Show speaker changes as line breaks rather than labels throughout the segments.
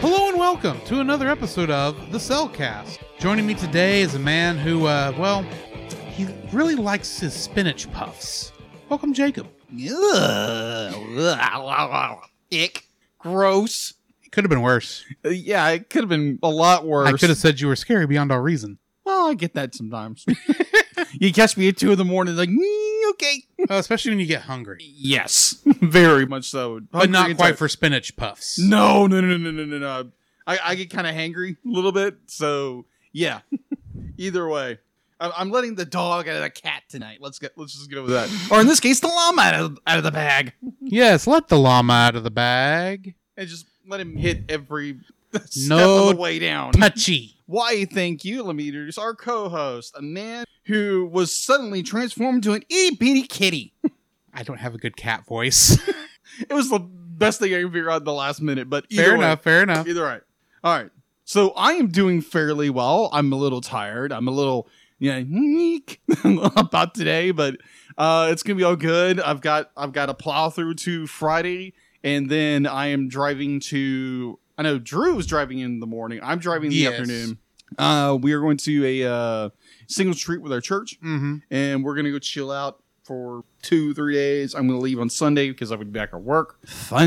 Hello and welcome to another episode of The Cellcast. Joining me today is a man who, uh, well, he really likes his spinach puffs. Welcome, Jacob.
Ugh. Ick. Gross.
It could have been worse.
Uh, Yeah, it could have been a lot worse.
I could have said you were scary beyond all reason.
Well, I get that sometimes. you catch me at two in the morning, like, "Mm, okay.
Uh, especially when you get hungry.
Yes, very much so.
But not quite
for.
for spinach puffs.
No, no, no, no, no, no, no. I, I get kind of hangry a little bit. So yeah. Either way, I'm, I'm letting the dog out of the cat tonight. Let's get. Let's just go with that. Or in this case, the llama out of, out of the bag,
Yes, let the llama out of the bag.
and just let him hit every step
No
on the way down.
Touchy.
Why, thank you, Lemeters, our co host, a man who was suddenly transformed to an itty bitty kitty.
I don't have a good cat voice.
It was the best thing I could figure out at the last minute, but either
fair
way-
enough, fair enough.
Either way. All right. So I am doing fairly well. I'm a little tired. I'm a little, you know, meek about today, but uh, it's gonna be all good. I've got I've got a plow through to Friday, and then I am driving to. I know Drew is driving in the morning. I'm driving in the
Yes.
afternoon. Uh, we are going to a uh, single street with our church,
Mm-hmm.
and we're gonna go chill out for two three days. I'm gonna leave on Sunday because I would be back at work.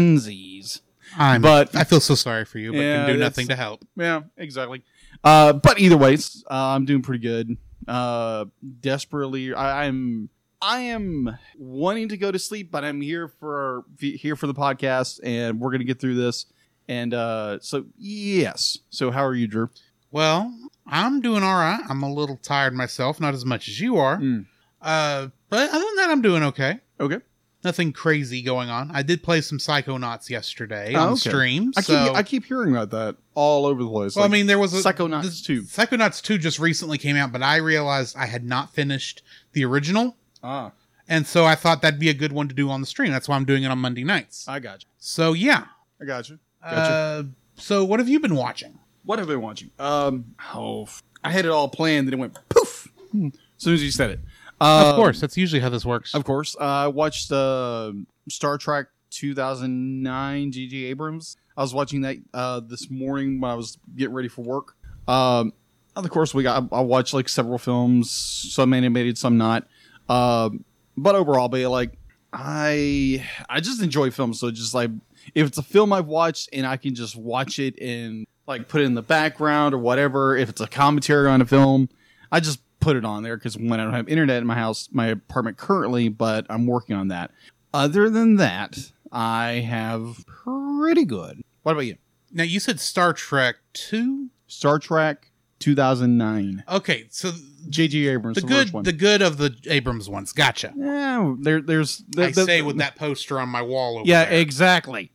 Funsies.
I'm,
But-
I feel so sorry for you, but
Yeah,
can do
that's-
nothing to help.
Yeah, exactly. Uh, but either ways, uh, I'm doing pretty good. Uh, desperately, I, I'm I am wanting to go to sleep, but I'm here for here for the podcast, and we're gonna get through this. And uh, so yes, so how are you, Drew?
Well, I'm doing all right. I'm a little tired myself, not as much as you are.
Mm.
Uh, but other than that, I'm doing okay.
Okay,
Nothing crazy going on. I did play some Psychonauts yesterday
Oh,
on
okay.
stream.
I
so,
keep I keep hearing about that all over the place.
well, I
Like,
mean, there was a
Psychonauts
this-
2.
Psychonauts two just recently came out, but I realized I had not finished the original,
ah,
and so I thought that'd be a good one to do on the stream. That's why I'm doing it on Monday nights.
I got you.
So yeah.
I got you.
Uh,
Uh, Gotcha.
so what have you been watching?
What have I been watching? Um, oh, f- I had it all planned, then it went poof Hmm. as soon as you said it. Uh,
of course, that's usually how this works.
Of course. Uh, I watched uh, Star Trek 2009 G.G. Abrams. I was watching that uh, this morning when I was getting ready for work. Um, of course, we got, I, I watched like several films, some animated, some not. Um but overall, but like I I just enjoy films. So just like if it's a film I've watched and I can just watch it and like put it in the background or whatever, if it's a commentary on a film, I just put it on there because when I don't have internet in my house, my apartment currently, but I'm working on that. Other than that, I have pretty good. What about you?
Now you said Star Trek two.
Star Trek 2009,
Okay, so the
J.J. Abrams, the,
good
first one.
the good of the Abrams ones. Gotcha.
yeah, there, there's.
I
the- the-
say with that poster on my wall over
Yeah,
there.
exactly.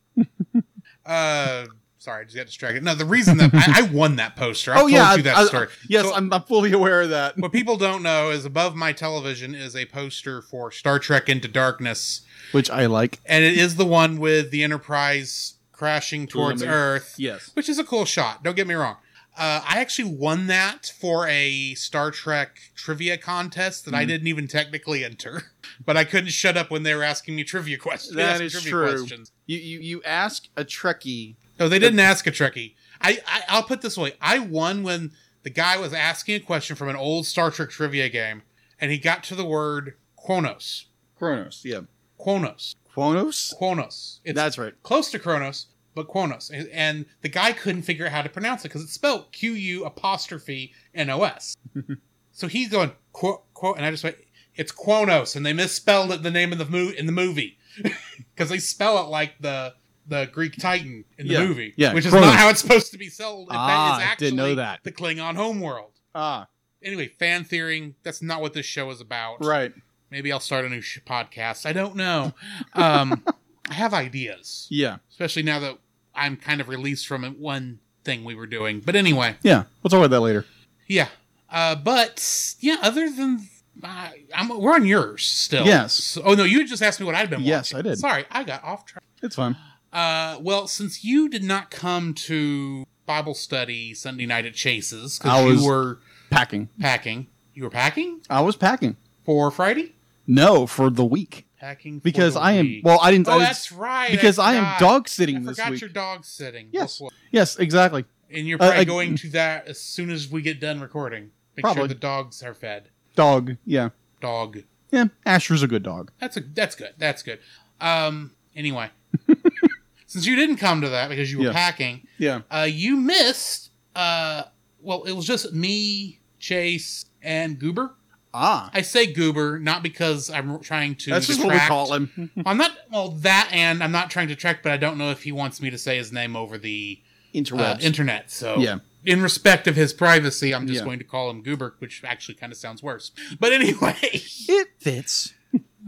uh, sorry, I just got distracted. No, the reason that I, I won that poster. I
oh
told
yeah,
you that
I- I-
story.
yes,
So-
I'm, I'm fully aware of that.
What people don't know is above my television is a poster for Star Trek Into Darkness,
Which I like.
and it is the one with the Enterprise crashing towards
Lemmy.
Earth,
Yes.
which is a cool shot. Don't get me wrong. Uh, I actually won that for a Star Trek trivia contest that I
Mhm.
didn't even technically enter, but I couldn't shut up when they were asking me trivia questions.
That
asking
is
trivia
true.
Questions.
You, you you ask a Trekkie.
No, they didn't ask a Trekkie. I, I I'll put this way: I won when the guy was asking a question from an old Star Trek trivia game, and he got to the word Quonos.
Kronos. Yeah.
Quonos.
Kronos.
Quonos. It's
That's right.
close to Kronos, but Quonos. And, and the guy couldn't figure out how to pronounce it because it's spelled Q U apostrophe N O S. so he's going quote quote, and I just went, it's Quonos, and they misspelled it the name of the mo- in the movie because they spell it like the the Greek Titan in the
Yeah.
movie,
Yeah,
which is
Kronos.
not how it's supposed to be sold. If
Ah,
that is
I
actually
didn't know that.
the Klingon homeworld.
Ah,
Anyway, fan theoring. That's not what this show is about.
right.
Maybe I'll start a new sh- podcast. I don't know. Um, I have ideas,
Yeah.
especially now that I'm kind of released from it- one thing we were doing. But anyway,
Yeah. We'll talk about that later.
yeah. Uh, but yeah, other than uh, I'm, we're on yours still.
Yes.
So- oh no, you just asked me what I'd been.
Yes,
watching.
I did.
Sorry, I got off track.
It's fine.
Uh, well, since you did not come to Bible study Sunday night at Chase's
I
because
was-
you were
Packing.
packing, you were packing
I was packing.
for Friday.
No, for the week
Packing for
because
the
I am.
week.
Well, I didn't. I
Oh,
was-
that's right.
because I, am
forgot.
dog
I
sitting this
forgot
week.
your dog sitting.
Yes.
Woof, woof.
yes, exactly.
and you're
Uh,
probably
I-
going to that as soon as we get done recording. Make sure
Probably.
the dogs are fed.
Dog. Yeah.
Dog.
Yeah. Asher's a good dog.
That's a that's good. That's good. Um. Anyway, since you didn't come to that because you were
Yeah.
packing,
Yeah.
uh, you missed. Uh. Well, it was just me, Chase, and Goober.
Ah.
I say Goober not because I'm trying to.
That's just what
detract.
we call him.
I'm not well that, and I'm not trying to track, but I don't know if he wants me to say his name over the uh,
Interwebs.
internet. So
Yeah.
in respect of his privacy, I'm just
Yeah.
going to call him Goober, which actually kind of sounds worse. But anyway,
it fits.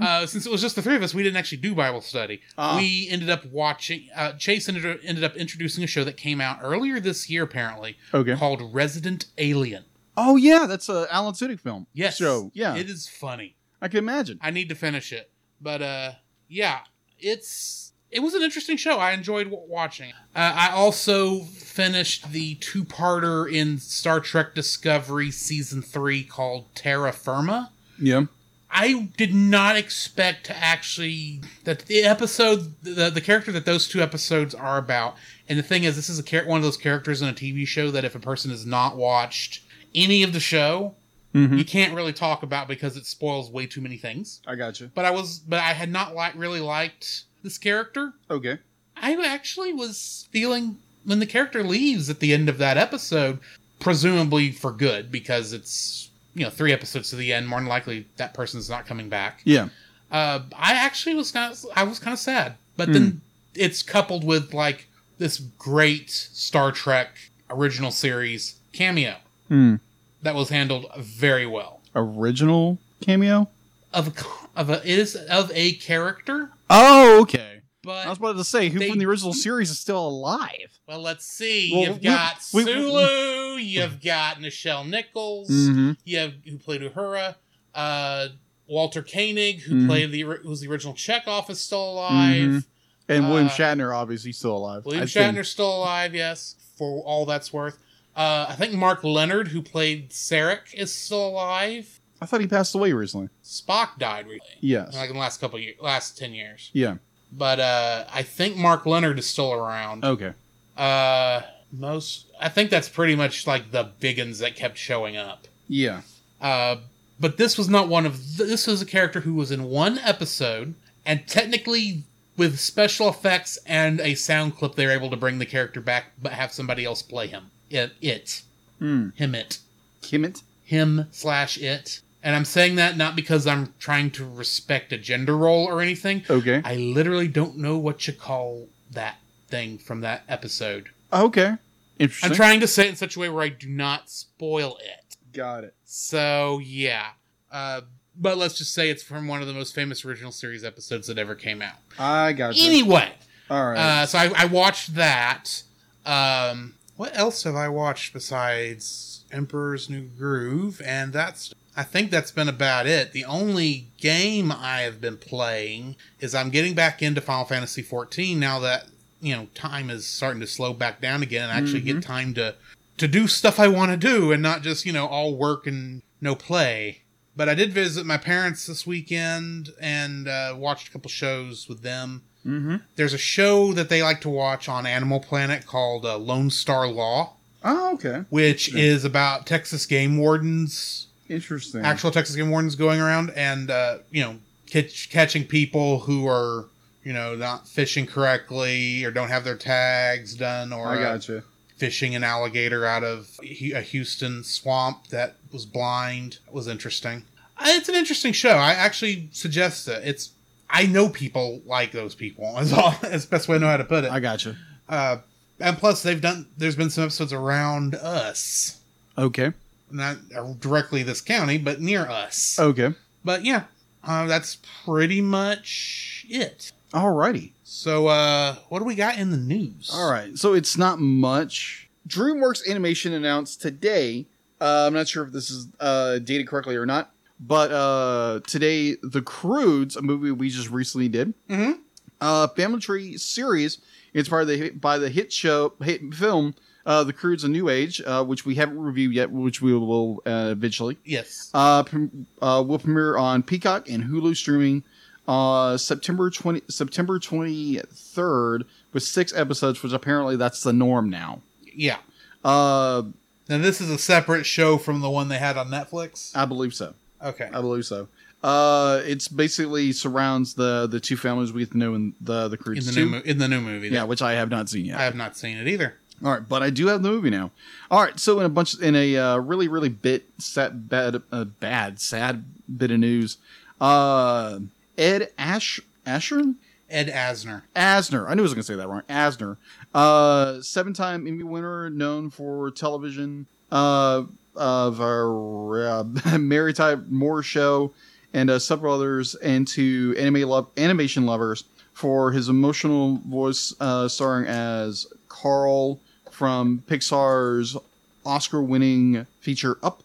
uh, since it was just the three of us, we didn't actually do Bible study.
Ah.
We ended up watching. Uh, Chase ended, ended up introducing a show that came out earlier this year, apparently
Okay.
called Resident Alien.
Oh yeah, that's a Alan Tudyk film.
Yes,
Show. Yeah.
it is funny.
I can imagine.
I need to finish it. But uh, yeah, it's it was an interesting show. I enjoyed w- watching. it. Uh, I also finished the two-parter in Star Trek Discovery season three called Terra Firma.
Yeah.
I did not expect to actually that the episode the, the character that those two episodes are about. And the thing is, this is a char- one of those characters in a TV show that if a person has not watched any of the show,
Mhm.
you can't really talk about because it spoils way too many things
I got you.
but I was but I had not like really liked this character.
Okay.
I actually was feeling when the character leaves at the end of that episode, presumably for good because it's you know three episodes to the end. More than likely, that person's not coming back.
Yeah.
Uh, I actually was kind of I was kind of sad, but then it's coupled with like this great Star Trek original series cameo
Hmm.
that was handled very well.
Original cameo.
Of a, co- of a it is of a character,
Oh, okay.
but
I was about to say who
They-
from the original series is still alive.
Well, let's see.
Well,
you've
we-
got
we-
Sulu. you've got Nichelle Nichols.
Mm-hmm.
You have who played Uhura. Uh, Walter Koenig, who
Mhm.
played the who was the original Chekhov, is still alive.
Mhm. And William
Uh,
Shatner, obviously, still alive.
William
I think.
Shatner's still alive. Yes, for all that's worth. Uh, I think Mark Leonard, who played Sarek, is still alive.
I thought he passed away recently.
Spock died recently,
Yes.
like in the last couple years, last ten years.
yeah.
But uh, I think Mark Leonard is still around.
Okay.
Uh, most I think that's pretty much like the big uns that kept showing up.
Yeah.
Uh, but this was not one of th- this was a character who was in one episode and technically with special effects and a sound clip they were able to bring the character back but have somebody else play him. It, it
Hmm.
him it
Kimmett.
him slash it. And I'm saying that not because I'm trying to respect a gender role or anything.
Okay.
I literally don't know what you call that thing from that episode.
okay. Interesting.
I'm trying to say it in such a way where I do not spoil it.
got it.
So yeah, uh, but let's just say it's from one of the most famous original series episodes that ever came out.
I got you.
Anyway,
All right.
uh, so I, I watched that. Um, what else have I watched besides Emperor's New Groove? And that's I think that's been about it. The only game I have been playing is I'm getting back into Final Fantasy 14 now that you know time is starting to slow back down again and I actually get time to to do stuff I want to do and not just you know all work and no play. But I did visit my parents this weekend and uh, watched a couple shows with them
mm-hmm.
there's a show that they like to watch on Animal Planet called uh, Lone Star Law,
Oh, okay.
which
Yeah.
is about Texas game wardens,
Interesting.
actual Texas game wardens going around and uh, you know catch, catching people who are you know not fishing correctly or don't have their tags done or
I
uh,
got you.
fishing an alligator out of Hu- a Houston swamp that was blind It was interesting. Uh, It's an interesting show. I actually suggest it. It's I know people like those people. Is all is the best way I know how to put it.
I got you.
Uh, and plus, they've done. There's been some episodes around us,
Okay.
not directly this county, but near us.
Oh. Okay.
But yeah, Uh, that's pretty much it.
Alrighty.
So, uh, what do we got in the news?
All right. So it's not much. DreamWorks Animation announced today. Uh, I'm not sure if this is uh, dated correctly or not, but uh, today, The Crudes, a movie we just recently did,
Mhm.
uh, family tree series inspired the, by the hit show, hit film, uh, The Crudes: A New Age, uh, which we haven't reviewed yet, which we will uh, eventually.
Yes.
Uh, prem- uh, will premiere on Peacock and Hulu streaming uh, September twenty September twenty third with six episodes, which apparently that's the norm now.
yeah.
Uh,
Now this is a separate show from the one they had on Netflix.
I believe so.
Okay.
I believe so. Uh, it's basically surrounds the the two families we know in the the
in
Croods
the
two.
new mo- in the new movie.
yeah, which I have not seen yet.
I have not seen it either.
All right, but I do have the movie now. All right, so in a bunch, in a uh, really, really bit sad, bad, uh, bad, sad bit of news, uh, Ed Ash Asher
Ed Asner.
Asner. I knew I was going to say that wrong. Asner, uh, seven-time Emmy winner, known for television uh, of our uh, Mary Type Moore Show and uh, several others, and to anime love animation lovers for his emotional voice, uh, starring as Carl from Pixar's Oscar-winning feature Up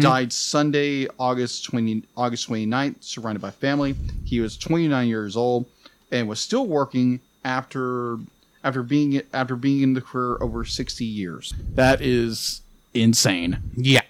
died Sunday, August 20, August 29th, surrounded by family. He was 29 years old and was still working after after being after being in the career over 60 years. That is insane.
Yeah.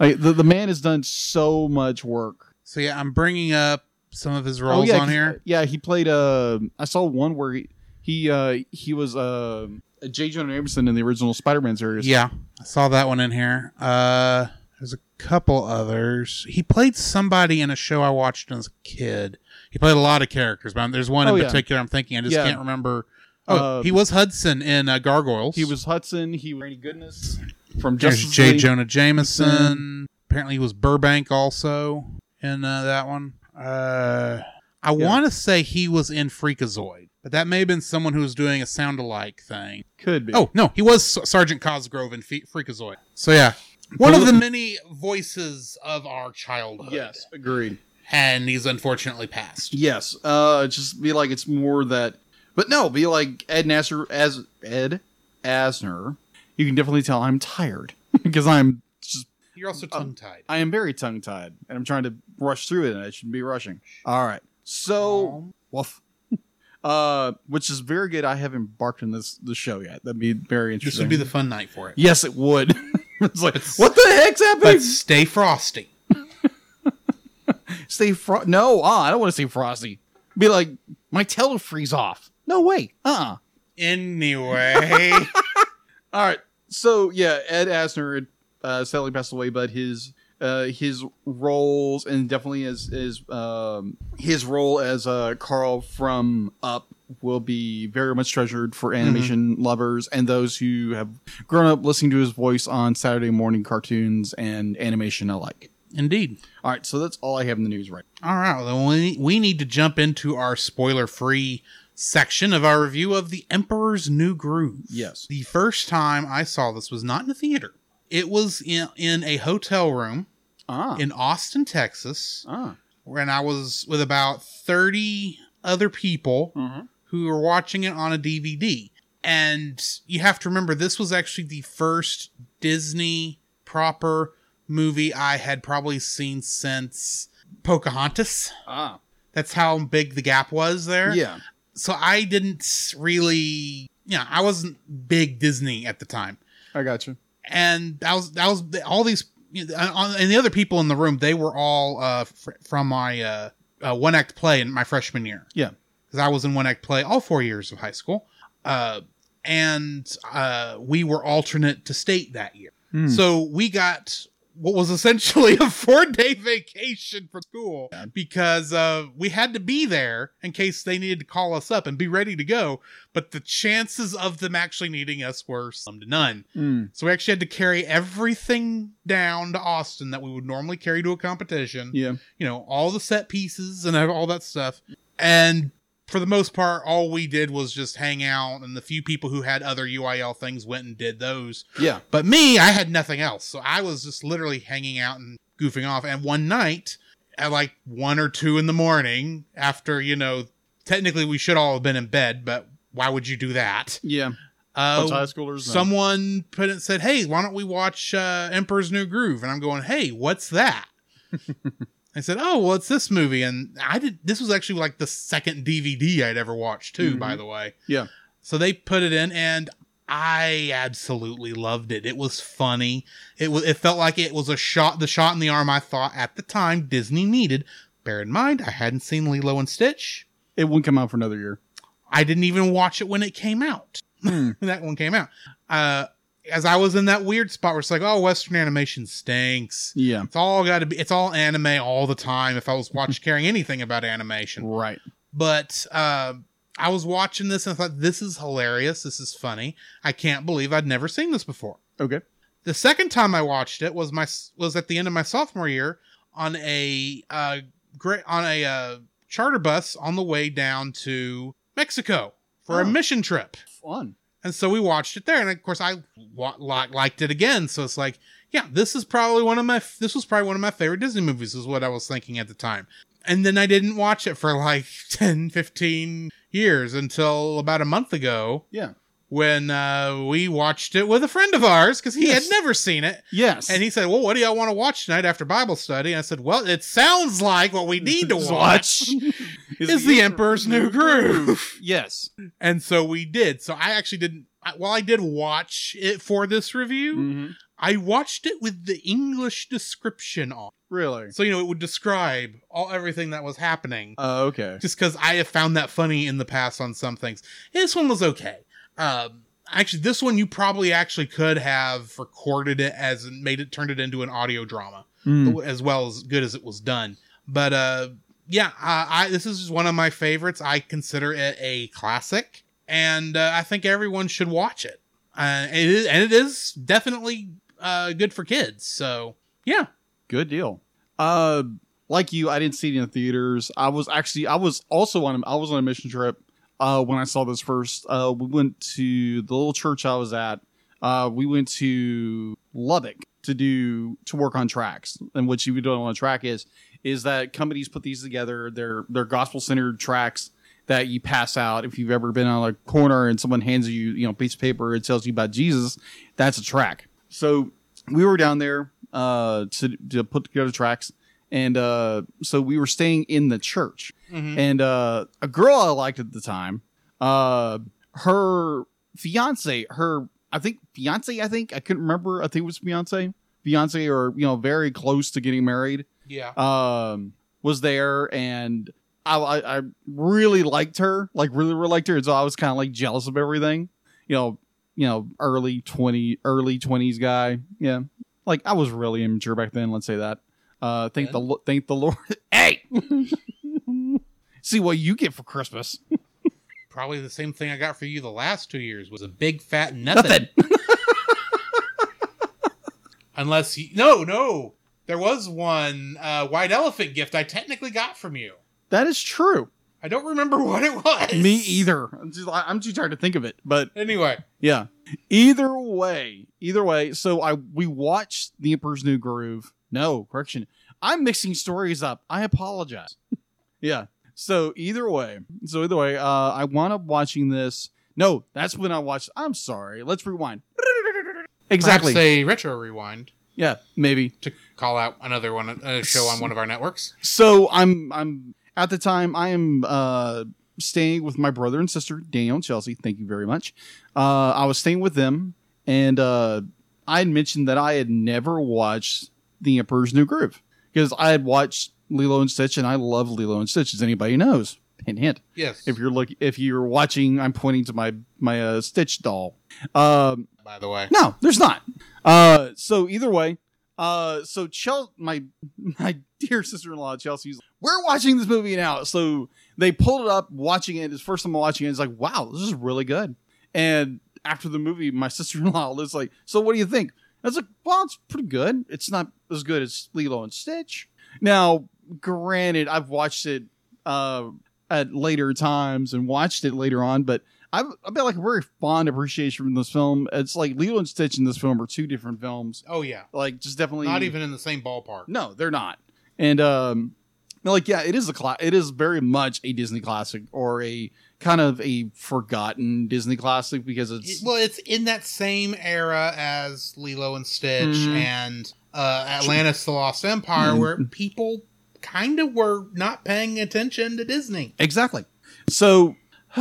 Like, the, the man has done so much work.
So yeah, I'm bringing up some of his roles
Oh, yeah,
on
he-
here.
Yeah, he played uh I saw one where he he uh he was uh J. Jonah Jameson in the original Spider-Man series.
Yeah, I saw that one in here. Uh, there's a couple others. He played somebody in a show I watched as a kid. He played a lot of characters, but there's one
Oh,
in
yeah.
particular I'm thinking. I just
Yeah.
can't remember. Oh,
Uh,
he was Hudson in uh, Gargoyles.
He was Hudson, he was Randy Goodness from
There's
Justice
J.
League.
Jonah Jameson. Apparently, he was Burbank also in uh, that one. Uh, I
Yeah.
want to say he was in Freakazoid, but that may have been someone who was doing a sound alike thing.
Could be.
Oh no, he was Ser- Sergeant Cosgrove in Fe- Freakazoid. So yeah, one of the many voices of our childhood.
yes, agreed.
and he's unfortunately passed.
Yes. Uh just be like it's more that but no, be like Ed Nasser as Ed Asner. You can definitely tell I'm tired because I'm just
You're also
Um,
tongue tied.
I am very tongue tied and I'm trying to rush through it and I shouldn't be rushing. All right. So woof. Uh which is very good. I haven't embarked on this the show yet. That'd be very interesting.
This would be the fun night for it.
Yes, it would. it's like
But-
what the heck's happening?
But stay frosty.
Stay fro- no, uh, I don't want to say frosty. Be like my tail freeze off. No way. Uh-uh.
Anyway,
All right. So yeah, Ed Asner had, uh, sadly passed away, but his uh, his roles and definitely his his um, his role as uh, Carl from Up will be very much treasured for animation lovers and those who have grown up listening to his voice on Saturday morning cartoons and animation alike.
indeed.
All right, so that's all I have in the news right.
All right, well, then we, we need to jump into our spoiler free section of our review of The Emperor's New Groove.
Yes.
The first time I saw this was not in a theater, it was in, in a hotel room
Ah,
in Austin, Texas,
ah,
when I was with about 30 other people
Mhm.
who were watching it on a DVD. And you have to remember, this was actually the first Disney proper movie I had probably seen since Pocahontas.
ah.
That's how big the gap was there.
Yeah,
So I didn't really, yeah, I wasn't big Disney at the time,
I got you.
and that was that was all these you know, on- and the other people in the room. They were all uh, fr- from my uh, uh, one act play in my freshman year.
Yeah.
because I was in one act play all four years of high school, uh, and uh, we were alternate to state that year.
Hmm.
So we got what was essentially a four day vacation from school because uh, we had to be there in case they needed to call us up and be ready to go. But the chances of them actually needing us were slim to none.
Hmm.
So we actually had to carry everything down to Austin that we would normally carry to a competition.
Yeah,
You know, all the set pieces and all that stuff. And for the most part, all we did was just hang out, and the few people who had other UIL things went and did those.
yeah.
But me, I had nothing else. So I was just literally hanging out and goofing off. And one night, at like one or two in the morning after, you know, technically we should all have been in bed, but why would you do that?
Yeah. Bunch of high
Uh,
schoolers. no.
someone put it, said, Hey, why don't we watch uh, Emperor's New Groove? And I'm going, Hey, what's that? I said, Oh, well, it's this movie. And I did, this was actually like the second DVD I'd ever watched, too, by the way.
Yeah.
So they put it in, and I absolutely loved it. It was funny. It was. It felt like it was a shot, the shot in the arm I thought at the time Disney needed. Bear in mind, I hadn't seen Lilo and Stitch.
It wouldn't come out for another year.
I didn't even watch it when it came out. that one came out. Uh, as I was in that weird spot where it's like, oh, Western animation stinks.
Yeah.
It's all got to be. It's all anime all the time. If I was watching, caring anything about animation,
Right.
but uh, I was watching this and I thought, this is hilarious. This is funny. I can't believe I'd never seen this before.
Okay.
The second time I watched it was my was at the end of my sophomore year on a uh, great on a uh, charter bus on the way down to Mexico for a
Oh.
mission trip.
Fun.
And so we watched it there, and of course I wa- li- liked it again. So it's like, yeah, this is probably one of my this was probably one of my favorite Disney movies is what I was thinking at the time. And then I didn't watch it for like 10, 15 years until about a month ago
Yeah.
when uh, we watched it with a friend of ours because he
Yes.
had never seen it.
Yes.
And he said, "Well, what do y'all want to watch tonight after Bible study?" And I said, "Well, it sounds like what we need to
Just
watch." Is The Emperor's New Groove.
yes.
and so we did. So I actually didn't. I- While I did watch it for this review,
Mhm.
I watched it with the English description on.
Really?
So, you know, it would describe all everything that was happening.
Uh, okay.
Just because I have found that funny in the past on some things. This one was okay. Um, actually, this one you probably actually could have recorded it as and made it turned it into an audio drama
Hmm.
as well as good as it was done. But uh, yeah, I, I, this is one of my favorites. I consider it a classic, and uh, I think everyone should watch it. Uh, it is, and it is definitely uh, good for kids. So yeah,
Good deal. Uh, like you, I didn't see it in the theaters. I was actually, I was also on, a, I was on a mission trip. Uh, when I saw this first, uh, we went to the little church I was at. Uh, we went to Lubbock to do to work on tracks. And what you would do on a track is, is that companies put these together. They're they're gospel centered tracks that you pass out. If you've ever been on a corner and someone hands you you know a piece of paper and tells you about Jesus, that's a track. So we were down there uh, to to put together tracks, and uh, so we were staying in the church. And uh, a girl I liked at the time, uh, her fiance, her I think fiance, I think I couldn't remember. I think it was fiance, fiance, or you know, very close to getting married
yeah,
um, was there and I, I, I really liked her, like really, really liked her. And so I was kind of like jealous of everything, you know, you know, early 20, early twenties guy. Yeah. Like I was really immature back then. Let's say that. Uh, thank the, Lo- thank the Lord. hey, see what you get for Christmas.
probably the same thing I got for you the last two years was a big fat nothing. Unless you, no, no, there was one uh, white elephant gift I technically got from you.
That is true.
I don't remember what it was.
Me either. I'm, just, I- I'm too tired to think of it, but
Anyway,
Yeah. Either way, either way. So I we watched The Emperor's New Groove. No correction. I'm mixing stories up. I apologize. yeah. So either way, so either way, uh, I wound up watching this. No, that's when I watched. I'm sorry. Let's rewind. Exactly.
Perhaps a retro rewind
yeah, maybe.
to call out another one, a show on one of our networks.
So I'm I'm at the time I am uh staying with my brother and sister Daniel and Chelsea. Thank you very much. Uh, I was staying with them, and uh, I had mentioned that I had never watched The Emperor's New Groove because I had watched Lilo and Stitch, and I love Lilo and Stitch, as anybody knows. Hint, hint.
Yes.
If you're look, if you're watching, I'm pointing to my my uh, Stitch doll. Um,
by the way,
no, there's not. Uh, so either way, uh, so Chel, my my dear sister-in-law Chelsea's, we're watching this movie now. So they pulled it up, watching it. It's the first time I'm watching it. It's like, wow, this is really good. And after the movie, my sister-in-law was like, so what do you think? I was like, well, it's pretty good. It's not as good as Lilo and Stitch. Now, granted, I've watched it uh, at later times and watched it later on, but I've, I've got like a very fond appreciation from this film. It's like Lilo and Stitch in this film are two different films.
oh yeah,
Like, just definitely
not even in the same ballpark.
No, they're not. And um, mean, like yeah, it is a cla- it is very much a Disney classic or a kind of a forgotten Disney classic because it's
It- well, it's in that same era as Lilo and Stitch
Mhm.
and uh, Atlantis: The Lost Empire,
Mhm.
where people kind of were not paying attention to Disney.
Exactly. So,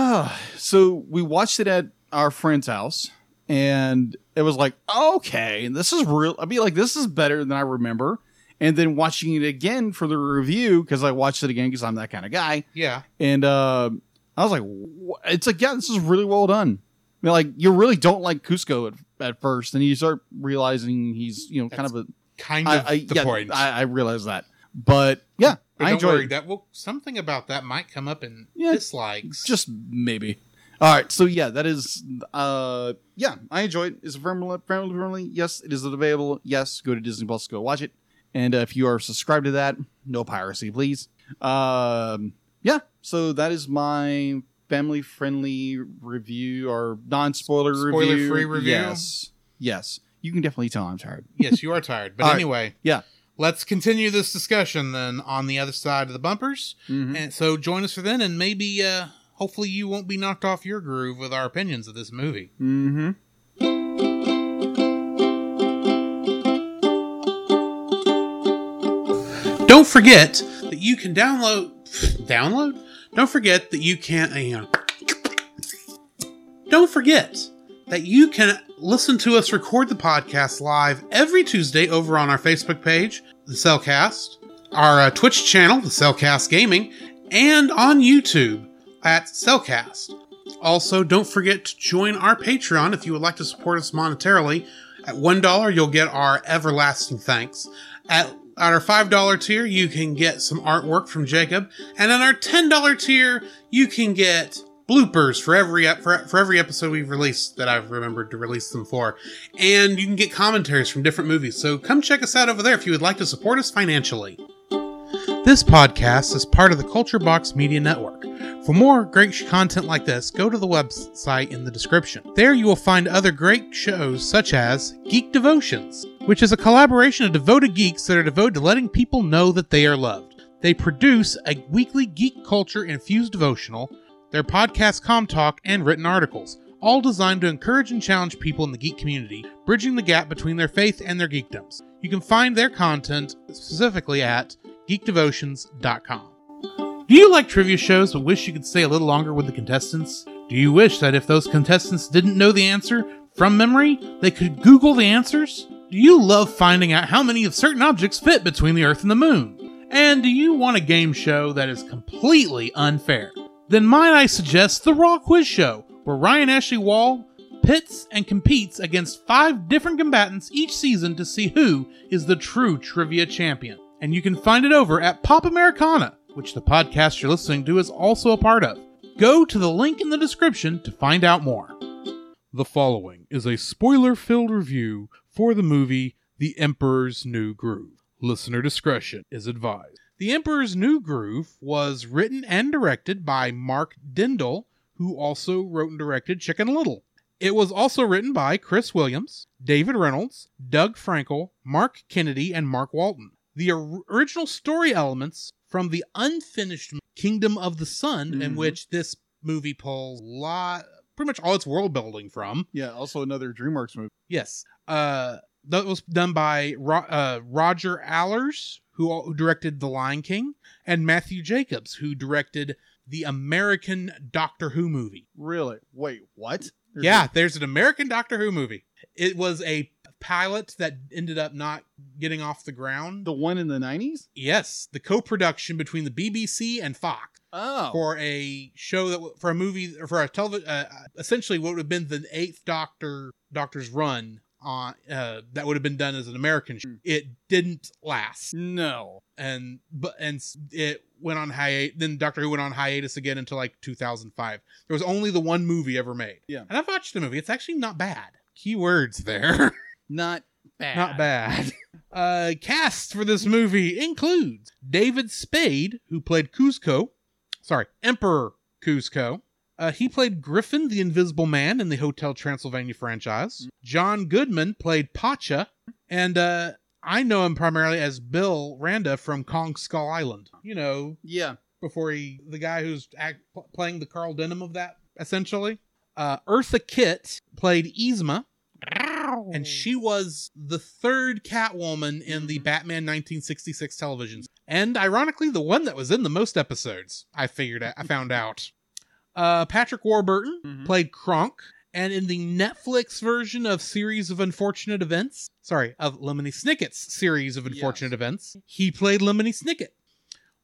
so we watched it at our friend's house, and it was like, okay, this is real. I mean, like, this is better than I remember. And then watching it again for the review because I watched it again because I'm that kind of guy,
Yeah,
and uh, I was like, wha- it's like, yeah, this is really well done. I mean, like, you really don't like Cusco at, at first, and you start realizing he's, you know, kind of a.
kind
I,
of
I,
the
yeah,
point.
I, I realize that, but yeah,
But
I
don't
enjoyed.
worry,
it.
that will something about that might come up in
Yeah,
dislikes.
just maybe. All right, so yeah, that is uh yeah, I enjoy it. It's a family family friendly. Yes, it is available. Yes, go to Disney Plus, go watch it. And uh, if you are subscribed to that, no piracy, please. Um yeah, so that is my family friendly review or non spoiler review.
Spoiler-free review?
Yes. Yes. You can definitely tell I'm tired.
yes, you are tired, but
All right.
anyway,
Yeah.
Let's continue this discussion then on the other side of the bumpers. And so join us for then, and maybe, uh, hopefully, you won't be knocked off your groove with our opinions of this movie.
Mm-hmm.
Don't forget that you can download. Download? Don't forget that you can. Hang on. Don't forget that you can listen to us record the podcast live every Tuesday over on our Facebook page, The Cellcast, our uh, Twitch channel, The Cellcast Gaming, and on YouTube at Cellcast. Also, don't forget to join our Patreon if you would like to support us monetarily. At $1, you'll get our everlasting thanks. At, at our $5 tier, you can get some artwork from Jacob. And at our $10 tier, you can get bloopers for every ep- for, for every episode we've released that I've remembered to release them for. And you can get commentaries from different movies. So come check us out over there if you would like to support us financially. This podcast is part of the Culture Box Media Network. For more great sh- content like this, go to the website in the description. There you will find other great shows such as Geek Devotions, which is a collaboration of devoted geeks that are devoted to letting people know that they are loved. They produce a weekly geek culture infused devotional, their podcast Com Talk, and written articles, all designed to encourage and challenge people in the geek community, bridging the gap between their faith and their geekdoms. You can find their content specifically at geekdevotions.com. Do you like trivia shows but wish you could stay a little longer with the contestants? Do you wish that if those contestants didn't know the answer from memory, they could Google the answers? Do you love finding out how many of certain objects fit between the Earth and the Moon? And do you want a game show that is completely unfair? Then might I suggest The Raw Quiz Show, where Ryan Ashley Wall pits and competes against five different combatants each season to see who is the true trivia champion. And you can find it over at Pop Americana, which the podcast you're listening to is also a part of. Go to the link in the description to find out more. The following is a spoiler filled review for the movie The Emperor's New Groove. Listener discretion is advised. The Emperor's New Groove was written and directed by Mark Dindal, who also wrote and directed Chicken Little. It was also written by Chris Williams, David Reynolds, Doug Frankel, Mark Kennedy, and Mark Walton. The or- original story elements from the unfinished Kingdom of the Sun, in
Mhm.
which this movie pulls a lot, pretty much all its world building from,
Yeah, also another DreamWorks movie.
Yes. Uh, that was done by Ro- uh, Roger Allers, who, al- who directed The Lion King, and Matthew Jacobs, who directed the American Doctor Who movie.
Really? Wait, what? There's
Yeah, there's an American Doctor Who movie. It was a pilot that ended up not getting off the ground.
The one in the nineties?
yes, the co-production between the BBC and Fox
Oh.
for a show that w- for a movie or for a television uh, essentially what would have been the eighth doctor doctor's run on uh, that would have been done as an american
Hmm.
show. it didn't last
no.
and but and s- it went on hiatus then doctor who went on hiatus again until like 2005 there was only the one movie ever made
Yeah.
and i've watched the movie it's actually not bad key words there
Not bad.
not bad. Uh, casts for this movie includes David Spade, who played Cusco. Sorry, Emperor Cusco. Uh, he played Griffin, the Invisible Man, in the Hotel Transylvania franchise. John Goodman played Pacha. And uh, I know him primarily as Bill Randa from Kong Skull Island. You know,
Yeah.
before he the guy who's act, pl- playing the Carl Denham of that essentially. Uh, Eartha Kitt played Yzma, and
Oh.
she was the third Catwoman in the Batman 1966 television, and ironically, the one that was in the most episodes. I figured out, I found out. Uh, Patrick Warburton
Mhm.
played Kronk, and in the Netflix version of Series of Unfortunate Events, sorry, of Lemony Snicket's Series of Unfortunate
Yes.
Events, he played Lemony Snicket.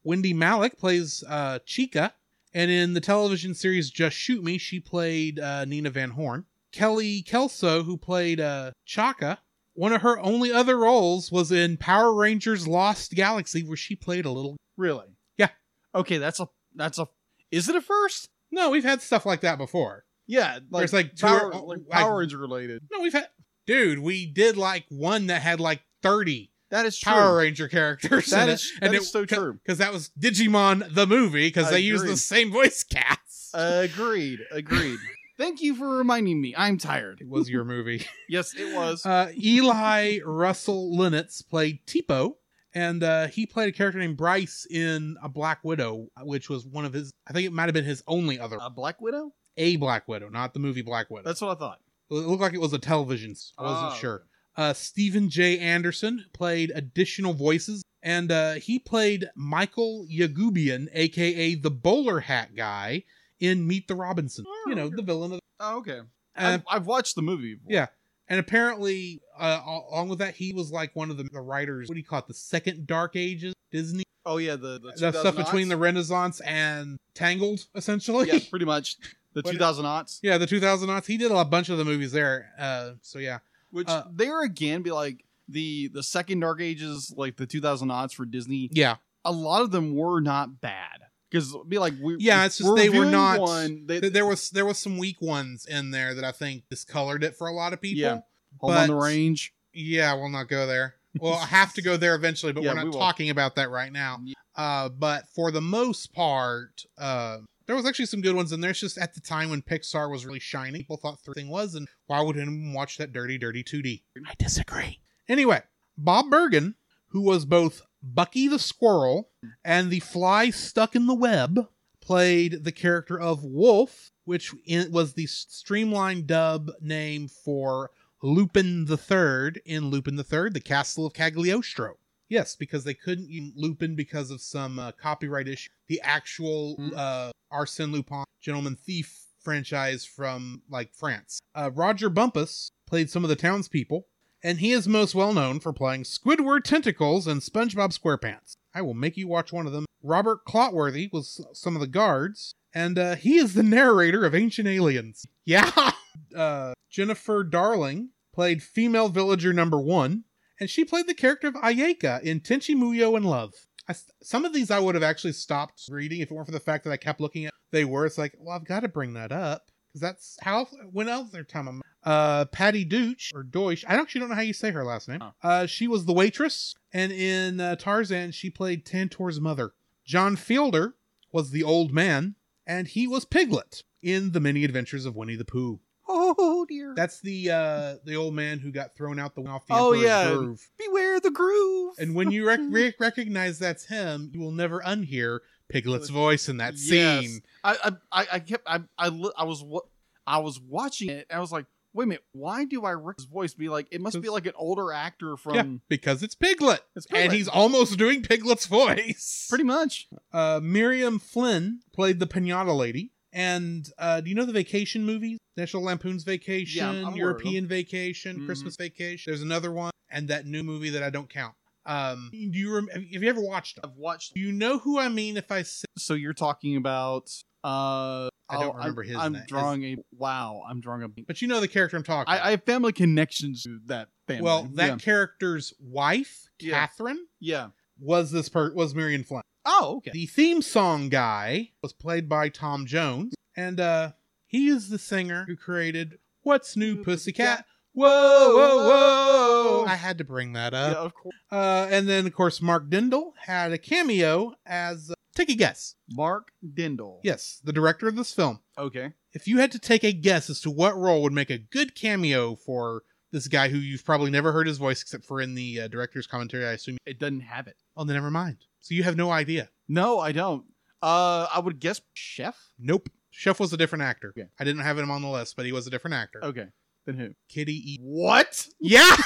Wendy Malik plays uh, Chica, and in the television series Just Shoot Me, she played uh, Nina Van Horn. Kelly Kelso, who played uh, Chaka, one of her only other roles was in Power Rangers Lost Galaxy, where she played a little.
Really?
Yeah.
Okay, that's a that's a is it a first?
No, we've had stuff like that before.
Yeah, like
There's like two or-
power, like
like-
Power Ranger related.
No, we've had. Dude, we did like one that had like 30
That is true.
Power Ranger characters.
That
in
is-
it,
that is so true.
Because that was Digimon the movie, because
I
they used
agree.
the same voice cast.
agreed. Agreed. Thank you for reminding me. I'm tired.
it was your movie.
Yes, it was.
Uh, Eli Russell Linnitz played Tipo, and uh, he played a character named Bryce in A Black Widow, which was one of his. I think it might have been his only other
a Black Widow?
a Black Widow, not the movie Black Widow.
That's what I thought.
it looked like it was a television. s- I wasn't
Ah,
sure. Uh, Stephen J. Anderson played additional voices, and uh, he played Michael Yagubian, aka the bowler hat guy, in Meet the Robinson. You know, the villain of.
Oh, okay.
Uh,
I've, I've watched the movie. Before.
Yeah. And apparently, uh, al- along with that, he was like one of the, the writers. What do you call it? The second Dark Ages Disney.
Oh yeah, the the,
The stuff
2000
between the Renaissance and Tangled, essentially.
yeah, pretty much the
What-
2000 aughts,
Yeah, the 2000 aughts. He did a bunch of the movies there. Uh, so yeah,
which
Uh,
there again be like the the second Dark Ages, like the 2000 aughts for Disney.
yeah,
A lot of them were not bad because be like we
yeah. It's just they were
reviewing
not.
one. They,
th- there was there was some weak ones in there that I think discolored it for a lot of people.
Yeah.
Yeah,
Home on the
but-
range.
we'll not go there. We'll have to go there eventually, but
Yeah,
we're
we
not
will.
talking about that right now.
Yeah.
Uh, but for the most part, uh, there was actually some good ones in there. It's just at the time when Pixar was really shiny, people thought the thing was, and why would anyone watch that dirty, dirty 2D? I disagree. Anyway, Bob Bergen, who was both Bucky the Squirrel and the fly stuck in the web, played the character of Wolf, which in, was the streamlined dub name for Lupin the Third in Lupin the Third, the Castle of Cagliostro. Yes, because they couldn't use Lupin because of some uh, copyright issue. The actual
Hmm.
uh, Arsène Lupin, Gentleman Thief franchise from like France. Uh, Roger Bumpus played some of the townspeople, and he is most well known for playing Squidward Tentacles and SpongeBob SquarePants. I will make you watch one of them. Robert Clotworthy was s- some of the guards, and uh, he is the narrator of Ancient Aliens. Yeah. Uh, Jennifer Darling played female villager number one, and she played the character of Ayeka in Tenchi Muyo and Love. I s some of these I would have actually stopped reading if it weren't for the fact that I kept looking at they were. It's like, well, I've got to bring that up because that's how when else their time. I'm, uh, Patty Deutsch or Deutsch. I actually don't know how you say her last name.
Oh.
Uh, she was the waitress, and in uh, Tarzan, she played Tantor's mother. John Fielder was the old man, and he was Piglet in the Many Adventures of Winnie the Pooh.
Oh dear.
That's the uh the old man who got thrown out the off the
Oh,
Emperor's
yeah.
groove.
Beware the groove.
And when you rec- rec- recognize that's him, you will never unhear Piglet's voice in that
Yes.
scene.
I I I- I kept I I, li- I was wa- I was watching it and I was like, wait a minute, why do I rec- his voice be like it must be
Because-
like an older actor from
yeah, because it's Piglet,
It's
and
Piglet.
he's almost doing Piglet's voice.
pretty much.
Uh, Miriam Flynn played the Pinata Lady. And uh, do you know the vacation movies? National Lampoon's
Yeah,
Vacation,
I'm- I'm aware of
European Vacation,
Mhm.
Christmas Vacation. There's another one, and that new movie that I don't count. Um, do you rem- have you ever watched them?
I've watched
Do you know who I mean if I say
so you're talking about uh
I don't
oh,
remember
I'm,
his
I'm
name. His-
drawing a wow, I'm drawing a
But you know the character I'm talking.
I, I have family connections to that family.
well, that character's wife,
Yeah.
Catherine,
yeah. yeah.
was this per was Marion Flynn.
Oh, okay.
The theme song guy was played by Tom Jones, and uh he is the singer who created "What's New Pussycat." Whoa, whoa, whoa! I had to bring that
yeah,
up.
of course.
Uh, and then, of course, Mark Dindal had a cameo as uh, take a guess.
Mark Dindal.
Yes, the director of this film.
Okay.
If you had to take a guess as to what role would make a good cameo for This guy who you've probably never heard his voice except for in the uh, director's commentary, I assume.
It doesn't have it.
Oh, then never mind. So you have no idea.
No, I don't. Uh, I would guess chef.
Nope. Chef was a different actor.
Yeah. Oh.
I didn't have him on the list, but he was a different actor.
Okay, then who?
Kitty E.
What?
Yeah!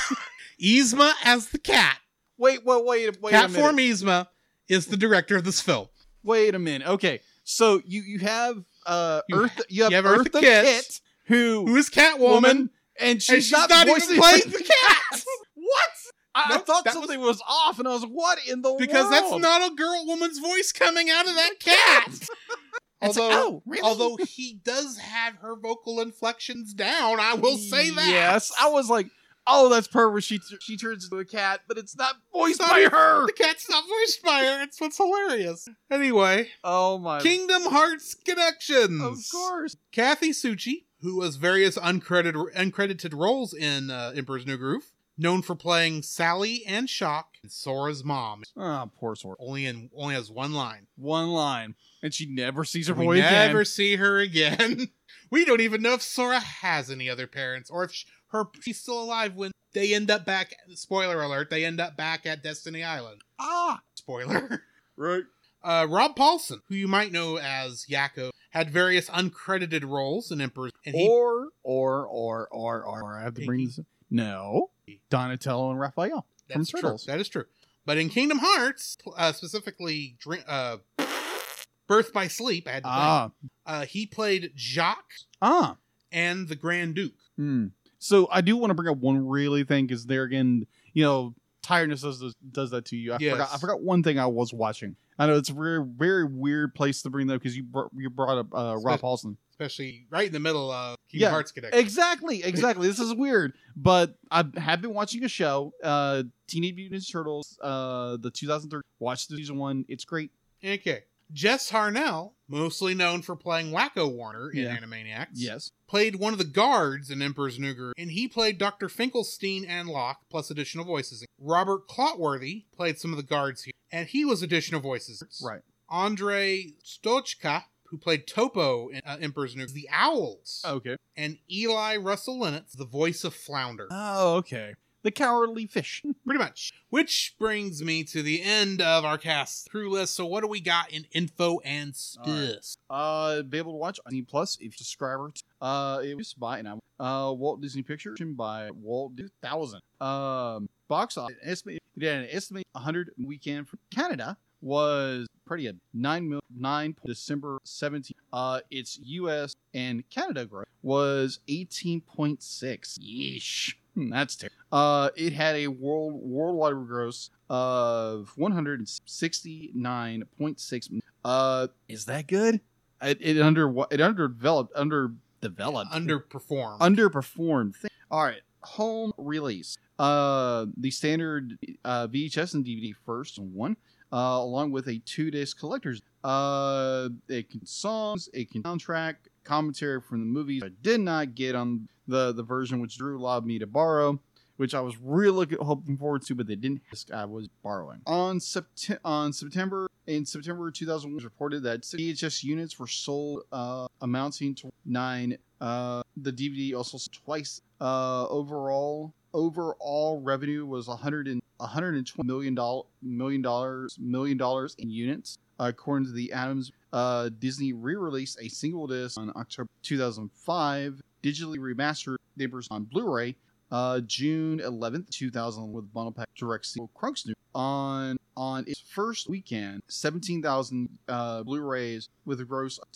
Yzma as the cat.
Wait, wait, wait, wait a
cat
minute.
form Yzma is the director of this film.
Wait a minute. Okay, so you you have uh
You
Earth. You have,
you have
Earth
Eartha
Eartha
Kitt,
Kitt, who,
Who is Catwoman?
woman, and she's,
and she's not,
voicing-
even playing the cat!
what? I, I
Nope,
thought
that
something was... off, and I was what in the
because
world?
that's not a girl woman's voice coming out of that cat.
It's
although,
like, oh, really?
although he does have her vocal inflections down, I will say that.
Yes, I was like, oh, that's perfect. She she turns into a cat, but it's not voiced
It's not
by
even-
her.
The cat's not voiced by her. It's what's hilarious. Anyway,
Oh my!
Kingdom Hearts connections.
of course.
Kathy Suchi, who has various uncredited uncredited roles in uh, Emperor's New Groove, known for playing Sally and Shock and Sora's mom.
Oh, poor sort.
Only in only has one line.
One line, and she never sees her
we
boy again.
never see her again. We don't even know if Sora has any other parents or if sh her she's still alive when they end up back. Spoiler alert: they end up back at Destiny Island.
Ah,
Spoiler.
right.
Uh, Rob Paulson, who you might know as Yakko, had various uncredited roles in Emperor's, and he
or, or, or, or, or, or. I have to bring this. No, Donatello and Raphael. from
that's true.
Turtles.
That is true. But in Kingdom Hearts, uh, specifically, Dr- uh, Birth by Sleep, I had to think,
Ah,
uh, he played Jacques
ah.
and the Grand Duke.
Hmm. So I do want to bring up one really thing because there again, you know, tiredness does does that to you. I
Yes.
forgot. I forgot one thing I was watching. I know it's a very very weird place to bring that because you br- you brought up uh, Rob
Especially-
Paulson.
especially right in the middle of Kingdom
Yeah,
Hearts Connection.
Exactly, exactly. this is weird, but I have been watching a show, uh, Teenage Mutant Ninja Turtles, uh, the 2003. Watch the season one. It's great.
okay. Jess Harnell, mostly known for playing Wacko Warner in
Yeah.
Animaniacs,
Yes.
played one of the guards in Emperor's New Groove, and he played Dr. Finkelstein and Locke, plus additional voices. Robert Clotworthy played some of the guards here, and he was additional voices.
Right.
Andre Stochka, who played Topo in uh, Emperor's New Groove, the Owls,
Okay.
and Eli Russell Lennox, the voice of Flounder.
Oh, okay. The cowardly fish.
Pretty much. Which brings me to the end of our cast crew list. So what do we got in info and
All right.
stis?
Uh, be able to watch Disney Plus if you're a subscriber. To, uh, it was by and I uh Walt Disney Picture by Walt Disney Thousand. Um, box office estimate it had an estimate 100 weekend for Canada was pretty a nine mil nine December 17. Uh, its U.S. and Canada growth was 18.6. Yeesh, Hmm, that's terrible. Uh, it had a world worldwide gross of 169.6. Uh, is that good? It, it under it underdeveloped underdeveloped
Underperform.
underperformed. Thing. All right, home release. Uh, the standard uh, VHS and DVD first and one, uh, along with a two disc collector's. Uh, it can songs, it can soundtrack, commentary from the movies. I did not get on the the version which Drew allowed me to borrow. Which I was really looking, hoping forward to, but they didn't. I was borrowing on September. On September in September 2001, it was reported that six VHS units were sold, uh, amounting to nine uh, the DVD also s- twice. Uh, overall, overall revenue was 100 and 120 million dollar million dollars million dollars in units, according to the Adams. Uh, Disney re-released a single disc on October 2005, digitally remastered neighbors on Blu-ray. Uh, June 11th, 2000, with bundle pack direct sequel Crunks New on on its first weekend, 17,000 uh, Blu-rays with a gross of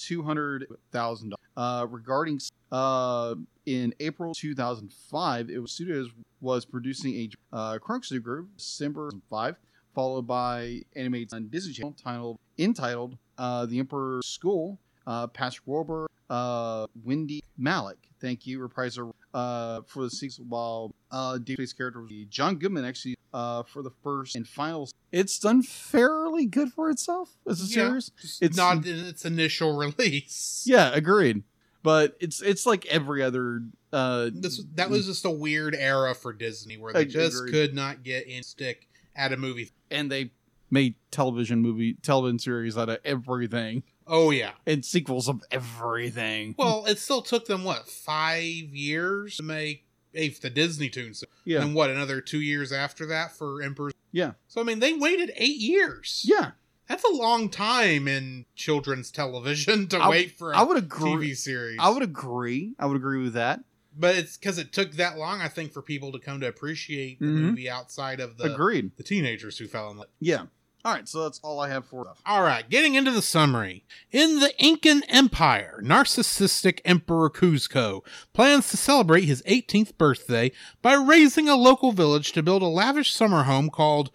200,000 uh, regarding uh, in April 2005, it was Studios was producing a uh, Crunch New Groove December 5, followed by animated on Disney Channel titled entitled uh, The Emperor's School. Uh, Patrick Warburg, uh, Wendy Malik, thank you, repriser uh, for the sequel. While uh, Dave's character was John Goodman, actually uh, for the first and final. It's done fairly good for itself as a
Yeah.
series.
it's
it's-
not in its initial release.
Yeah, agreed. But it's it's like every other uh
This that was just a weird era for Disney where they
I
just
agree.
could not get in stick at a movie.
and they made television movie television series out of everything
Oh yeah.
and sequels of everything.
Well, it still took them what five years to make eighth the Disney Toon. So,
Yeah.
And what another two years after that for Emperor's.
Yeah.
So I mean, they waited eight years.
Yeah.
That's a long time in children's television to
I-
wait for a
I would agree.
TV series.
I would agree. I would agree with that.
but it's because it took that long, I think, for people to come to appreciate the
Mhm.
movie outside of the
Agreed.
the teenagers who fell in love.
Yeah. All right. So that's all I have for stuff.
All right, getting into the summary. In the Incan Empire, narcissistic Emperor Kuzco plans to celebrate his 18th birthday by raising a local village to build a lavish summer home called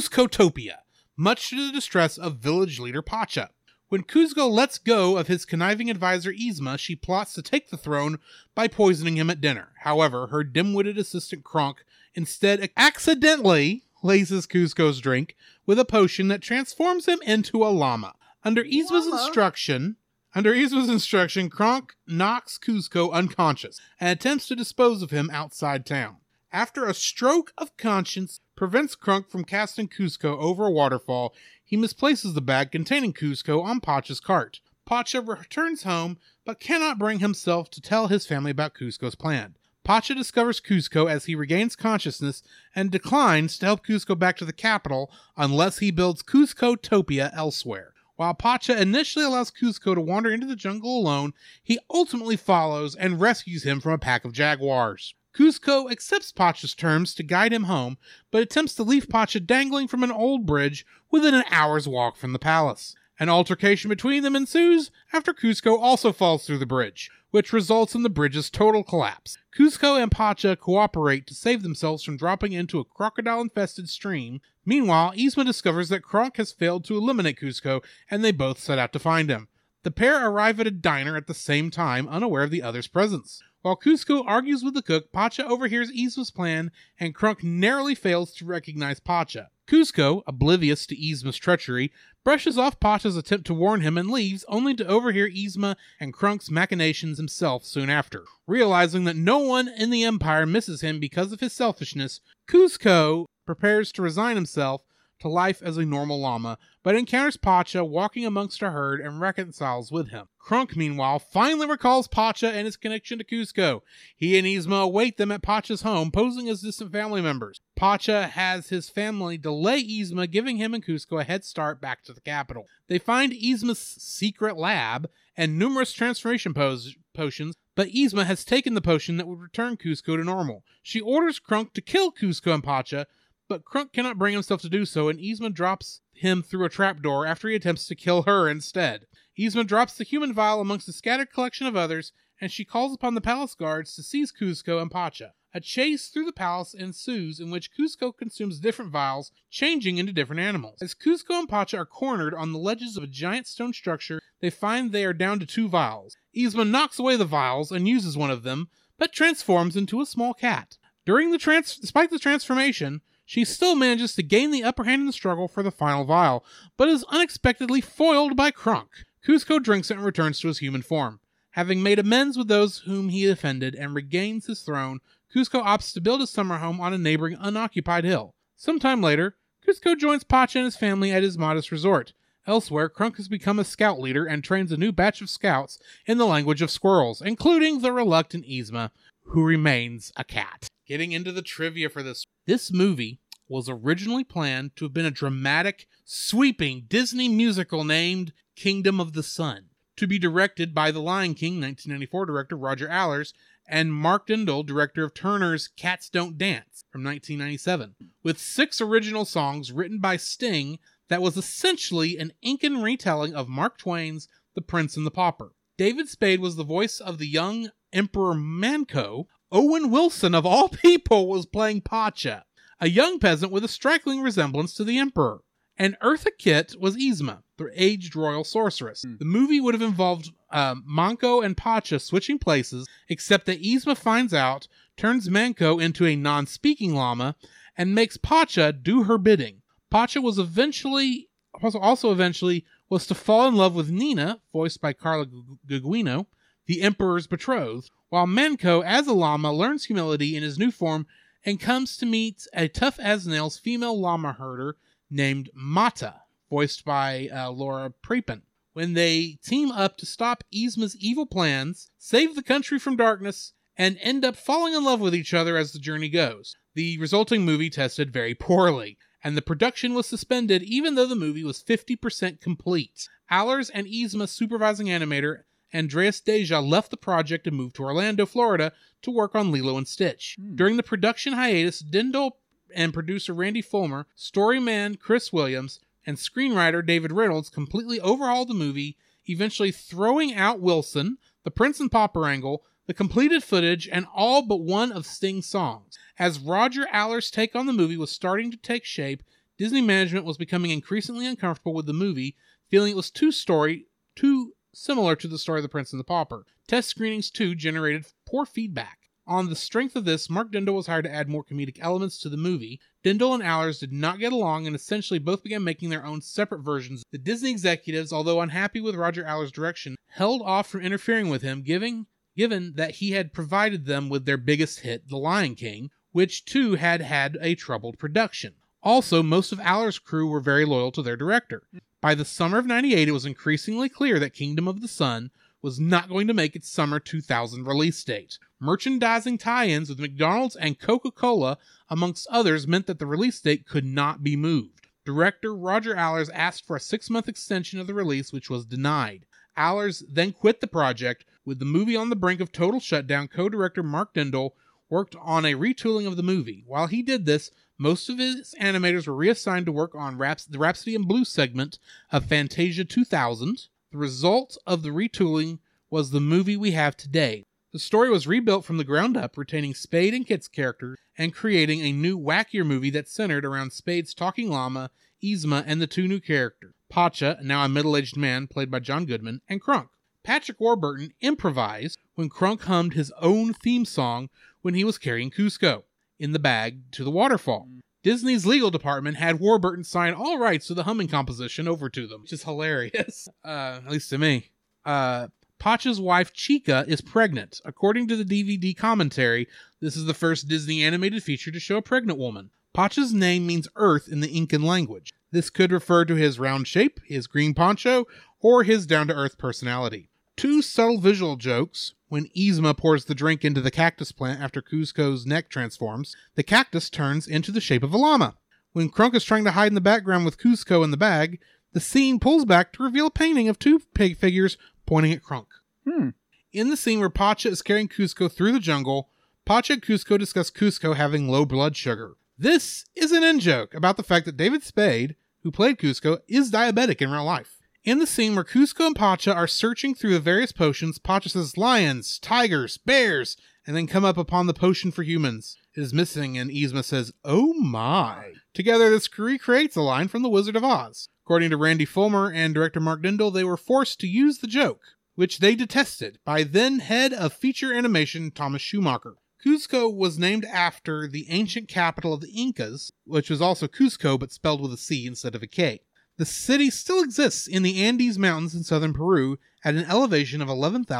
Kuzcotopia, much to the distress of village leader Pacha. When Kuzco lets go of his conniving advisor Yzma, she plots to take the throne by poisoning him at dinner. However, her dim-witted assistant Kronk instead accidentally laces Kuzco's drink with a potion that transforms him into a llama. Under Yzma's
Llama?
instruction, under Yzma's instruction, Kronk knocks Kuzco unconscious and attempts to dispose of him outside town. After a stroke of conscience prevents Krunk from casting Kuzco over a waterfall, he misplaces the bag containing Kuzco on Pacha's cart. Pacha returns home but cannot bring himself to tell his family about Kuzco's plan. Pacha discovers Kuzco as he regains consciousness and declines to help Kuzco back to the capital unless he builds Kuzco Topia elsewhere. While Pacha initially allows Kuzco to wander into the jungle alone, he ultimately follows and rescues him from a pack of jaguars. Kuzco accepts Pacha's terms to guide him home, but attempts to leave Pacha dangling from an old bridge within an hour's walk from the palace. An altercation between them ensues after Kuzco also falls through the bridge, which results in the bridge's total collapse. Kuzco and Pacha cooperate to save themselves from dropping into a crocodile infested stream. Meanwhile, Yzma discovers that Kronk has failed to eliminate Kuzco, and they both set out to find him. The pair arrive at a diner at the same time, unaware of the other's presence. While Cusco argues with the cook, Pacha overhears Yzma's plan, and Krunk narrowly fails to recognize Pacha. Cusco, oblivious to Yzma's treachery, brushes off Pacha's attempt to warn him and leaves, only to overhear Yzma and Krunk's machinations himself soon after. Realizing that no one in the Empire misses him because of his selfishness, Cusco prepares to resign himself to life as a normal llama, but encounters Pacha walking amongst a herd and reconciles with him. Krunk, meanwhile, finally recalls Pacha and his connection to Cusco. He and Yzma await them at Pacha's home, posing as distant family members. Pacha has his family delay Yzma, giving him and Cusco a head start back to the capital. They find Yzma's secret lab and numerous transformation pose- potions, but Yzma has taken the potion that would return Cusco to normal. She orders Krunk to kill Cusco and Pacha, but Krunk cannot bring himself to do so, and Yzma drops him through a trapdoor after he attempts to kill her instead. Yzma drops the human vial amongst a scattered collection of others, and she calls upon the palace guards to seize Kuzco and Pacha. A chase through the palace ensues in which Kuzco consumes different vials, changing into different animals. As Kuzco and Pacha are cornered on the ledges of a giant stone structure, they find they are down to two vials. Yzma knocks away the vials and uses one of them, but transforms into a small cat. During the trans- despite the transformation, she still manages to gain the upper hand in the struggle for the final vial, but is unexpectedly foiled by Kronk. Cusco drinks it and returns to his human form. Having made amends with those whom he offended and regains his throne, Cusco opts to build a summer home on a neighboring unoccupied hill. Sometime later, Cusco joins Pacha and his family at his modest resort. Elsewhere, Krunk has become a scout leader and trains a new batch of scouts in the language of squirrels, including the reluctant Yzma, who remains a cat. Getting into the trivia for this. This movie was originally planned to have been a dramatic, sweeping Disney musical named Kingdom of the Sun, to be directed by The Lion King 1994 director Roger Allers and Mark Dindal, director of Turner's Cats Don't Dance from 1997, with six original songs written by Sting that was essentially an Incan retelling of Mark Twain's The Prince and the Pauper. David Spade was the voice of the young Emperor Manco. Owen Wilson, of all people, was playing Pacha, a young peasant with a striking resemblance to the Emperor. And Eartha Kitt was Yzma, the aged royal sorceress. The movie would have involved um, Manco and Pacha switching places, except that Yzma finds out, turns Manco into a non speaking llama, and makes Pacha do her bidding. Pacha was eventually was also eventually was to fall in love with Nina, voiced by Carla Gu- Gugino, the Emperor's betrothed, while Manco, as a llama, learns humility in his new form and comes to meet a tough as nails female llama herder named Mata, voiced by uh, Laura Prepon. When they team up to stop Yzma's evil plans, save the country from darkness, and end up falling in love with each other as the journey goes. The resulting movie tested very poorly, and the production was suspended even though the movie was 50% complete. Allers and Yzma's supervising animator, Andreas Deja, left the project and moved to Orlando, Florida to work on Lilo and Stitch. During the production hiatus, Dindal and producer Randy Fulmer, storyman Chris Williams, and screenwriter David Reynolds completely overhauled the movie, eventually throwing out Wilson, The Prince and Popperangle, the completed footage, and all but one of Sting's songs. As Roger Aller's take on the movie was starting to take shape, Disney management was becoming increasingly uncomfortable with the movie, feeling it was too story too similar to the story of the Prince and the Pauper. Test screenings too generated poor feedback. On the strength of this, Mark Dindal was hired to add more comedic elements to the movie. Dindal and Allers did not get along and essentially both began making their own separate versions. The Disney executives, although unhappy with Roger Allers' direction, held off from interfering with him, giving given that he had provided them with their biggest hit, The Lion King, which too had had a troubled production. Also, most of Aller's crew were very loyal to their director. By the summer of 98, it was increasingly clear that Kingdom of the Sun was not going to make its summer 2000 release date. Merchandising tie ins with McDonald's and Coca Cola, amongst others, meant that the release date could not be moved. Director Roger Allers asked for a six month extension of the release, which was denied. Allers then quit the project, with the movie on the brink of total shutdown. Co director Mark Dindal worked on a retooling of the movie. While he did this, most of his animators were reassigned to work on Raps- the Rhapsody in Blue segment of Fantasia 2000. The result of the retooling was the movie we have today. The story was rebuilt from the ground up, retaining Spade and Kit's characters and creating a new, wackier movie that centered around Spade's talking llama, Yzma, and the two new characters, Pacha, now a middle aged man played by John Goodman, and Krunk. Patrick Warburton improvised when Krunk hummed his own theme song when he was carrying Cusco in the bag to the waterfall. Disney's legal department had Warburton sign all rights to the humming composition over to them, which is hilarious, uh, at least to me. Uh, Pacha's wife Chica is pregnant. According to the DVD commentary, this is the first Disney animated feature to show a pregnant woman. Pacha's name means earth in the Incan language. This could refer to his round shape, his green poncho, or his down to earth personality. Two subtle visual jokes when Yzma pours the drink into the cactus plant after Cusco's neck transforms, the cactus turns into the shape of a llama. When Krunk is trying to hide in the background with Cusco in the bag, the scene pulls back to reveal a painting of two pig figures pointing at Krunk.
Hmm.
In the scene where Pacha is carrying Cusco through the jungle, Pacha and Cusco discuss Cusco having low blood sugar. This is an in joke about the fact that David Spade, who played Cusco, is diabetic in real life. In the scene where Cusco and Pacha are searching through the various potions, Pacha says lions, tigers, bears, and then come up upon the potion for humans. It is missing, and Yzma says, Oh my. Together, this recreates a line from The Wizard of Oz. According to Randy Fulmer and director Mark Dindal, they were forced to use the joke, which they detested, by then head of feature animation Thomas Schumacher. Cuzco was named after the ancient capital of the Incas, which was also Cuzco but spelled with a C instead of a K. The city still exists in the Andes Mountains in southern Peru at an elevation of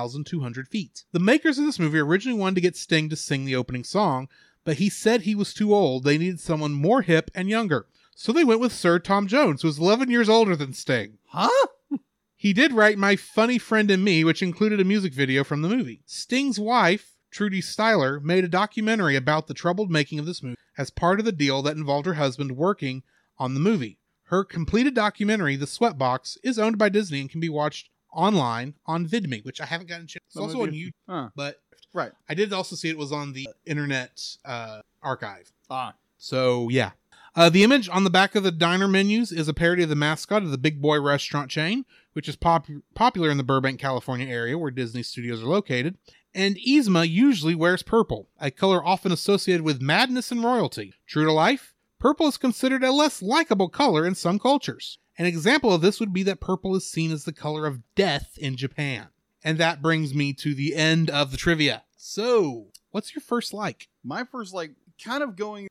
11,200 feet. The makers of this movie originally wanted to get Sting to sing the opening song, but he said he was too old. They needed someone more hip and younger. So they went with Sir Tom Jones, who was 11 years older than Sting.
Huh?
He did write My Funny Friend and Me, which included a music video from the movie. Sting's wife, Trudy Styler, made a documentary about the troubled making of this movie as part of the deal that involved her husband working on the movie. Her completed documentary, The Sweatbox, is owned by Disney and can be watched online on Vidme, which I haven't gotten a chance. It's
That
also
would
on
be-
YouTube,
Huh.
but
Right.
I did also see it was on the internet uh, archive.
Ah.
So yeah. Uh, the image on the back of the diner menus is a parody of the mascot of the Big Boy restaurant chain, which is pop- popular in the Burbank, California area where Disney studios are located. And Yzma usually wears purple, a color often associated with madness and royalty. True to life, purple is considered a less likable color in some cultures. An example of this would be that purple is seen as the color of death in Japan. And that brings me to the end of the trivia. So, what's your first like?
My first like kind of going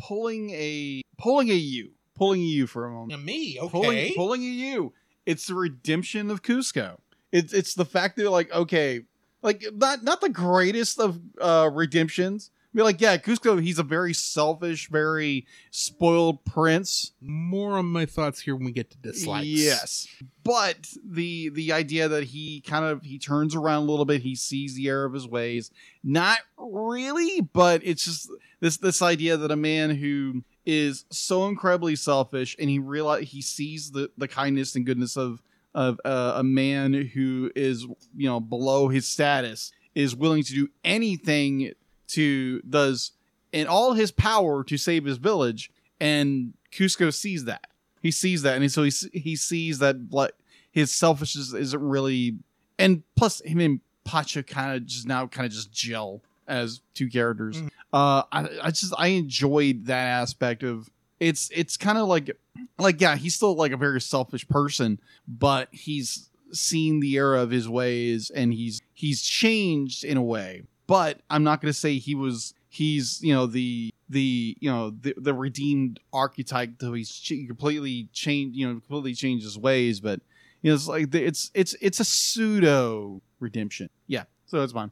pulling a pulling a U. Pulling a U for a moment.
Me,
Pulling pulling a U. It's the redemption of Cusco. It's it's the fact that like, okay, like not not the greatest of uh redemptions. Be like, yeah, Cusco, he's a very selfish, very spoiled prince.
More on my thoughts here when we get to dislikes.
Yes. But the the idea that he kind of he turns around a little bit, he sees the error of his ways. Not really, but it's just this this idea that a man who is so incredibly selfish and he realize he sees the the kindness and goodness of of uh, a man who is you know below his status is willing to do anything to does in all his power to save his village and Cusco sees that he sees that and so he s- he sees that like his selfishness isn't really and plus him and Pacha kind of just now kind of just gel as two characters
Mhm.
uh I, I just I enjoyed that aspect of it's it's kind of like like yeah he's still like a very selfish person but he's seen the error of his ways and he's he's changed in a way but i'm not going to say he was he's you know the the you know the, the redeemed archetype though he's ch- completely changed you know completely changed his ways but you know it's like the, it's it's it's a pseudo redemption yeah so it's fine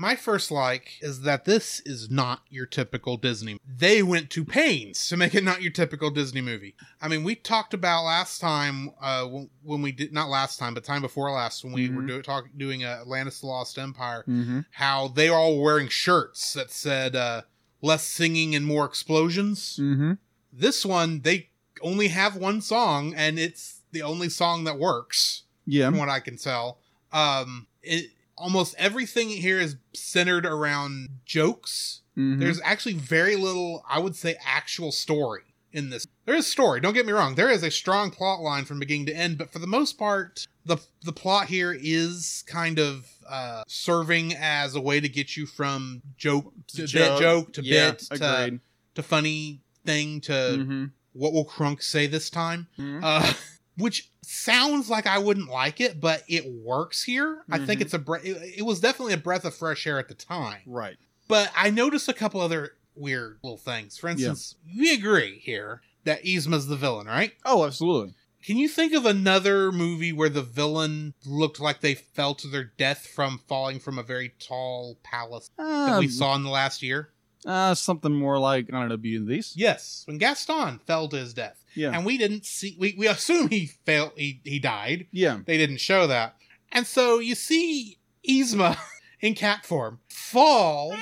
My first like is that this is not your typical Disney. They went to pains to make it not your typical Disney movie. I mean, we talked about last time uh, when- when we did not last time, but time before last when we were
Mhm.
do, talk, doing uh, Atlantis: The Lost Empire,
mm-hmm.
how they were all wearing shirts that said uh, "less singing and more explosions."
Mm-hmm.
This one, they only have one song, and it's the only song that works
yeah
from what I can tell. Um, it, almost everything here is centered around jokes.
Mhm.
There's actually very little, I would say, actual story in this. There is story. Don't get me wrong. There is a strong plot line from beginning to end, but for the most part, the the plot here is kind of uh, serving as a way to get you from joke to
Joke.
bit, joke to uh,
yeah,
bit to, to funny thing to
mm-hmm.
what will Crunk say this time?
Mhm.
Uh, which sounds like I wouldn't like it, but it works here. I think
Mhm.
it's a bre- it, it was definitely a breath of fresh air at the time.
right
But I noticed a couple other weird little things. For instance, we agree here that Yzma's the villain, right?
oh absolutely
Can you think of another movie where the villain looked like they fell to their death from falling from a very tall palace that we
Um,
saw in the last year?
Uh, something more like I don't know, Beauty and the Beast.
Yes, when Gaston fell to his death.
Yeah,
and we didn't see we, we assume he failed he, he died
yeah,
they didn't show that and so you see Yzma in cat form fall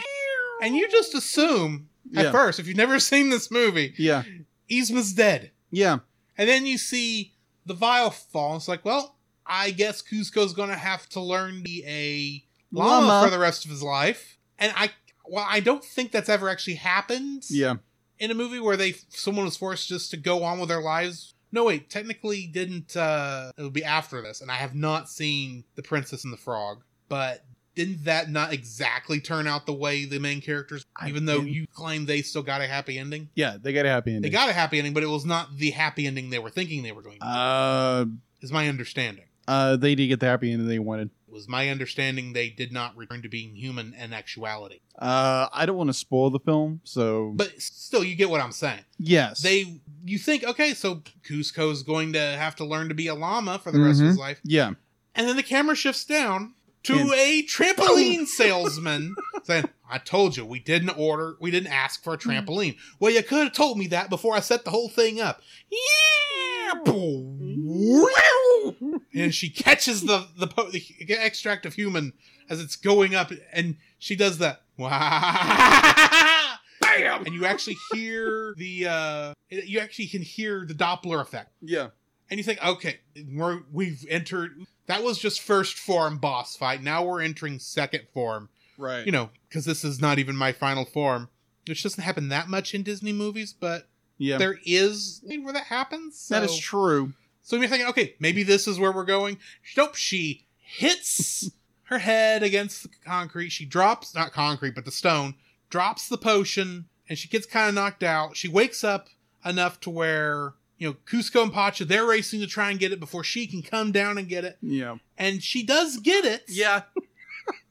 and you just assume at
Yeah.
first if you've never seen this movie
yeah,
Yzma's dead
yeah,
and then you see the vial fall and it's like well I guess Cusco's gonna have to learn to be a llama,
Llama.
for the rest of his life and I well I don't think that's ever actually happened
yeah.
in a movie where they someone was forced just to go on with their lives. No, wait, technically didn't uh it would be after this, and I have not seen The Princess and the Frog, but didn't that not exactly turn out the way the main characters
I
even though
didn't-
you claim they still got a happy ending?
Yeah, they got a happy
They
ending.
got a happy ending, but it was not the happy ending they were thinking they were going to,
uh,
is my understanding.
uh, they did get the happy ending they wanted.
It was my understanding they did not return to being human in actuality.
Uh, I don't want to spoil the film, so
But still you get what I'm saying.
yes,
they you think okay so Cusco's going to have to learn to be a llama for the rest of his life
yeah,
and then the camera shifts down to
And-
a trampoline salesman saying I told you we didn't order we didn't ask for a trampoline well you could have told me that before I set the whole thing up yeah boom. and she catches the the, po- the extract of human as it's going up and she does that wow
bam,
and you actually hear the uh you actually can hear the doppler effect
yeah,
and you think okay we're we've entered that was just first form boss fight now we're entering second form
right,
you know because this is not even my final form which doesn't happen that much in disney movies but
yeah.
there is where that happens so,
That is true.
so you're thinking okay maybe this is where we're going nope she hits her head against the concrete she drops not concrete but the stone drops the potion and she gets kind of knocked out. She wakes up enough to where, you know, Cusco and Pacha, they're racing to try and get it before she can come down and get it.
Yeah,
And she does get it.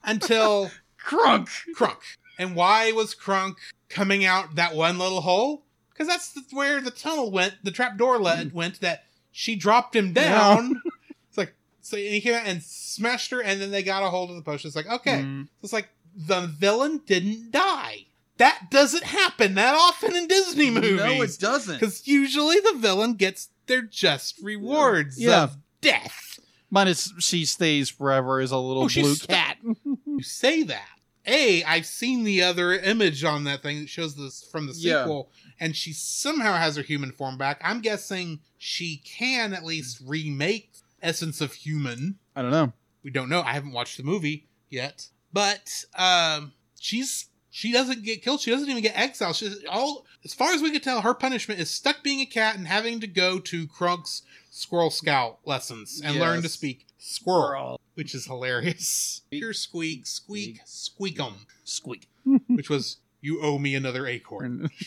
Until
crunk.
Crunk. And why was Crunk coming out that one little hole? Because that's the, where the tunnel went, the trap door
Mm.
led, went that she dropped him down. it's like, so he came out and Mm-hmm. smashed her, and then they got a hold of the potion. It's like, okay.
Mm,
So it's like the villain didn't die. That doesn't happen that often in Disney movies.
No, it doesn't.
Because usually the villain gets their just rewards
Yeah.
of death.
Minus she stays forever is a little
Oh,
blue
she's fat. you say that. A, I've seen the other image on that thing that shows this from the
Yeah.
sequel, and she somehow has her human form back. I'm guessing she can at least remake Essence of Human.
I don't know.
We don't know. I haven't watched the movie yet, but um, she's she doesn't get killed. She doesn't even get exiled. She's all as far as we can tell. Her punishment is stuck being a cat and having to go to Krunk's Squirrel Scout lessons and learn to
Yes.
speak squirrel, which is hilarious. Hear squeak, squeak, squeakum,
Squeak.
which was you owe me another acorn.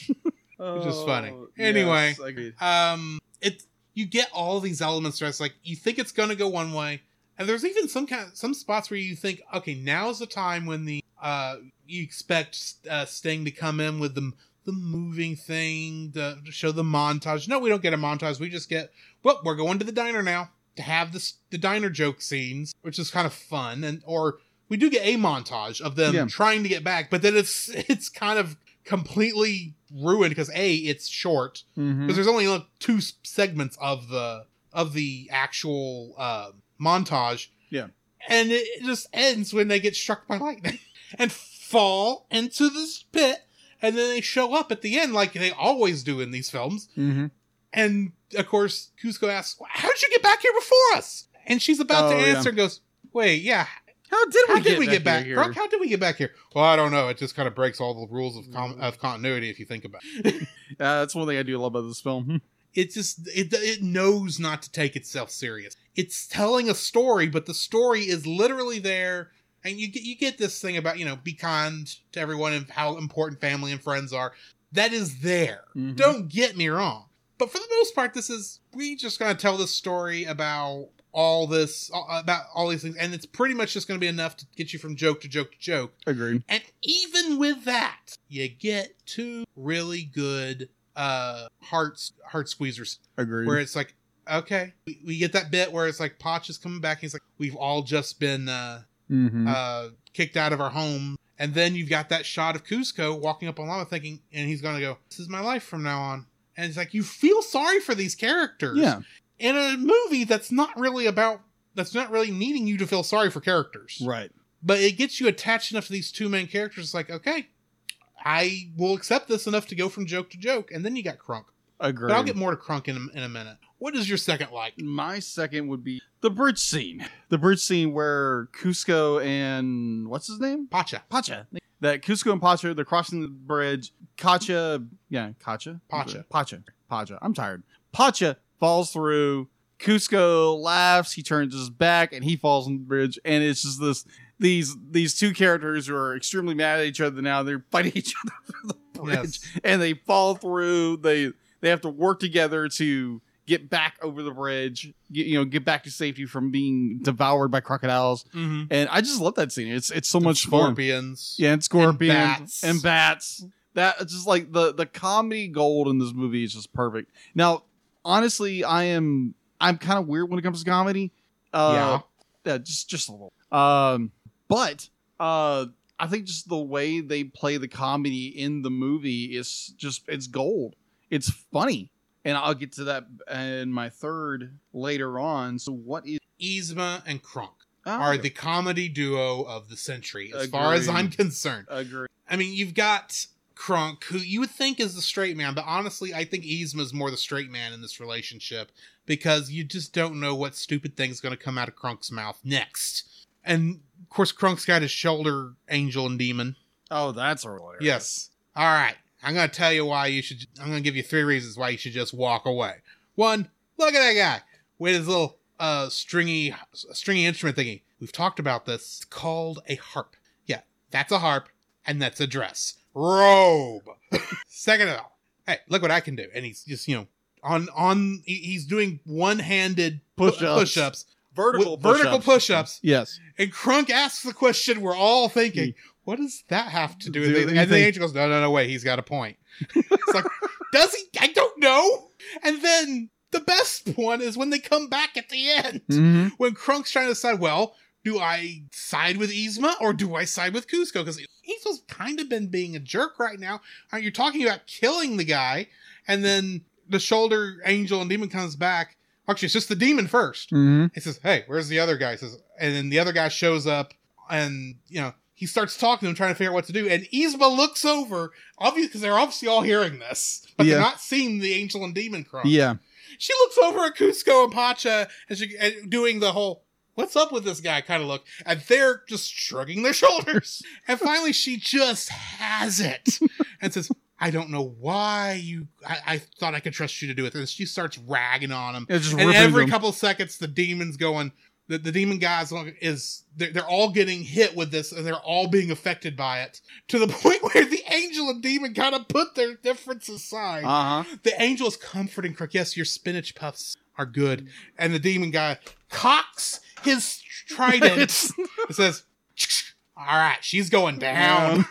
Which
is funny.
Oh,
Anyway. Um, it you get all these elements where it's like you think it's gonna go one way, and there's even some kind some spots where you think, okay, now's the time when the uh you expect uh, Sting to come in with the the moving thing to, to show the montage. No, we don't get a montage. We just get well, we're going to the diner now to have this the diner joke scenes, which is kind of fun, and or we do get a montage of them
Yeah.
trying to get back, but then it's it's kind of completely ruined because a it's short
Mm-hmm.
because there's only like two s- segments of the of the actual uh, montage.
Yeah.
and it it just ends when they get struck by lightning and fall into this pit, and then they show up at the end like they always do in these films.
Mm-hmm.
And of course, Cusco asks, "How did you get back here before us?" And she's about to
Oh, yeah.
answer and goes, "Wait, yeah,
How did
how did we get back, Brock? How did we get back here?" Well, I don't know. It just kind of breaks all the rules of com- of continuity if you think about. it.
Uh, that's one thing I do love about this film.
it just it, it knows not to take itself serious it's telling a story but the story is literally there and you get you get this thing about you know be kind to everyone and how important family and friends are that is there
Mhm.
don't get me wrong but for the most part this is we just gonna tell this story about all this about all these things and it's pretty much just gonna be enough to get you from joke to joke to joke
Agreed.
and even with that, you get two really good uh heart heart squeezers
Agreed.
where it's like, okay, we, we get that bit where it's like Potch is coming back. He's like, we've all just been uh,
Mhm.
uh kicked out of our home, and then you've got that shot of Cusco walking up on Llama, thinking, and he's gonna go, "This is my life from now on." And it's like you feel sorry for these characters
yeah.
in a movie that's not really about that's not really needing you to feel sorry for characters
Right.
but it gets you attached enough to these two main characters. It's like, okay, I will accept this enough to go from joke to joke, and then you got Crunk.
Agreed.
But I'll get more to Crunk in a, in a minute. What is your second like?
My second would be the bridge scene. The bridge scene where Cusco and what's his name?
Pacha.
Pacha. That Cusco and Pacha, they're crossing the bridge. Kacha, yeah, Kacha?
Pacha.
Pacha. Pacha. I'm tired. Pacha falls through. Cusco laughs. He turns his back and he falls on the bridge. And it's just this these these two characters who are extremely mad at each other now. They're fighting each other for the bridge
Yes.
and they fall through. They they have to work together to get back over the bridge. Get, you know, get back to safety from being devoured by crocodiles.
Mm-hmm.
And I just love that scene. It's it's so much fun.
Scorpions.
Yeah, and scorpions
bats.
and bats. That it's just like the the comedy gold in this movie is just perfect. Now, honestly, I am I'm kind of weird when it comes to comedy. Uh, yeah, just just a little. Um, but uh, I think just the way they play the comedy in the movie is just it's gold. It's funny, and I'll get to that in my third later on. So what is
Yzma and Crunk
oh,
are the comedy duo of the century, as far as
Agreed.
I'm concerned.
agree?
I mean, you've got Crunk, who you would think is the straight man, but honestly, I think Yzma's more the straight man in this relationship because you just don't know what stupid thing's going to come out of Crunk's mouth next. And of course, Crunk's got his shoulder angel and demon.
Oh, that's hilarious.
Yes. All right. I'm going to tell you why you should. I'm going to give you three reasons why you should just walk away. One, look at that guy with his little uh stringy stringy instrument thingy. We've talked about this. It's called a harp. Yeah, that's a harp, and that's a dress robe. Second of all, hey, look what I can do. And he's just you know on on he- he's doing one handed
Push-ups.
push-ups
vertical
with vertical
push-ups.
push-ups
Yes.
and Crunk asks the question we're all thinking, what does that have to do with
Hmm. Do
anything?
you
And the
think-
angel goes, no, no, no, wait, he's got a point. it's like, does he? I don't know. And
Hmm. Mm-hmm,
then the best one is when they come back at the end, when Crunk's trying to decide, well, do I side with Yzma or do I side with Cusco? Because Yzma's kind of been being a jerk right now. Uh, You're talking about killing the guy, and then the shoulder angel and demon comes back. Actually, it's just the demon first.
Mm-hmm.
He says, "Hey, where's the other guy?" He says, and then the other guy shows up, and you know he starts talking to him, trying to figure out what to do. And Yzma looks over, obviously because they're obviously all hearing this, but
Yeah.
they're not seeing the angel and demon cross.
Yeah.
She looks over at Cusco and Pacha, and she and doing the whole "What's up with this guy?" kind of look, and they're just shrugging their shoulders. and finally, she just has it and says. I don't know why you. I, I thought I could trust you to do it. And she starts ragging on him
It just
and
ripping
every
them.
couple seconds the demon's going the, the demon guys is they're, they're all getting hit with this and they're all being affected by it to the point where the angel and demon kind of put their differences aside
Uh huh.
the angel is comforting crook yes your spinach puffs are good and the demon guy cocks his trident and says all right she's going down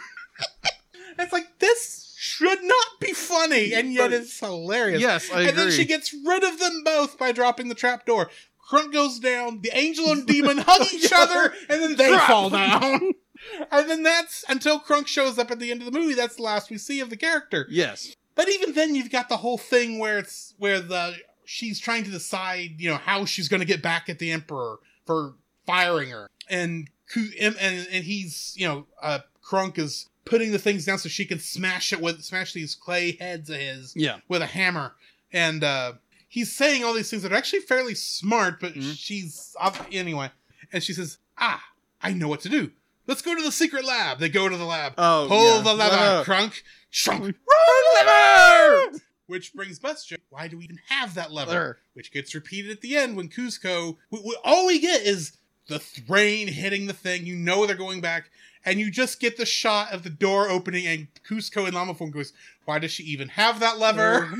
it's like this should not be funny and yet it's hilarious
Yes, I
and
agree.
then she gets rid of them both by dropping the trapdoor. Crunk goes down, the angel and demon hug each other, and then they
Crap.
fall down. and then that's until Crunk shows up at the end of the movie, that's the last we see of the character.
yes.
But even then you've got the whole thing where it's where the she's trying to decide, you know, how she's gonna get back at the Emperor for firing her. And Ku- and, and and he's, you know, uh Crunk is putting the things down so she can smash it with smash these clay heads of his
Yeah.
with a hammer and uh he's saying all these things that are actually fairly smart but
Mhm.
she's up anyway and she says ah i know what to do let's go to the secret lab they go to the lab
Oh.
pull
yeah.
the lever
Uh,
crunk shrunk
Run lever.
which brings us to why do we even have that lever
Lever.
which gets repeated at the end when Cusco we, we, all we get is the th- rain hitting the thing you know they're going back and you just get the shot of the door opening and Cusco and Lamaphone goes why does she even have that lever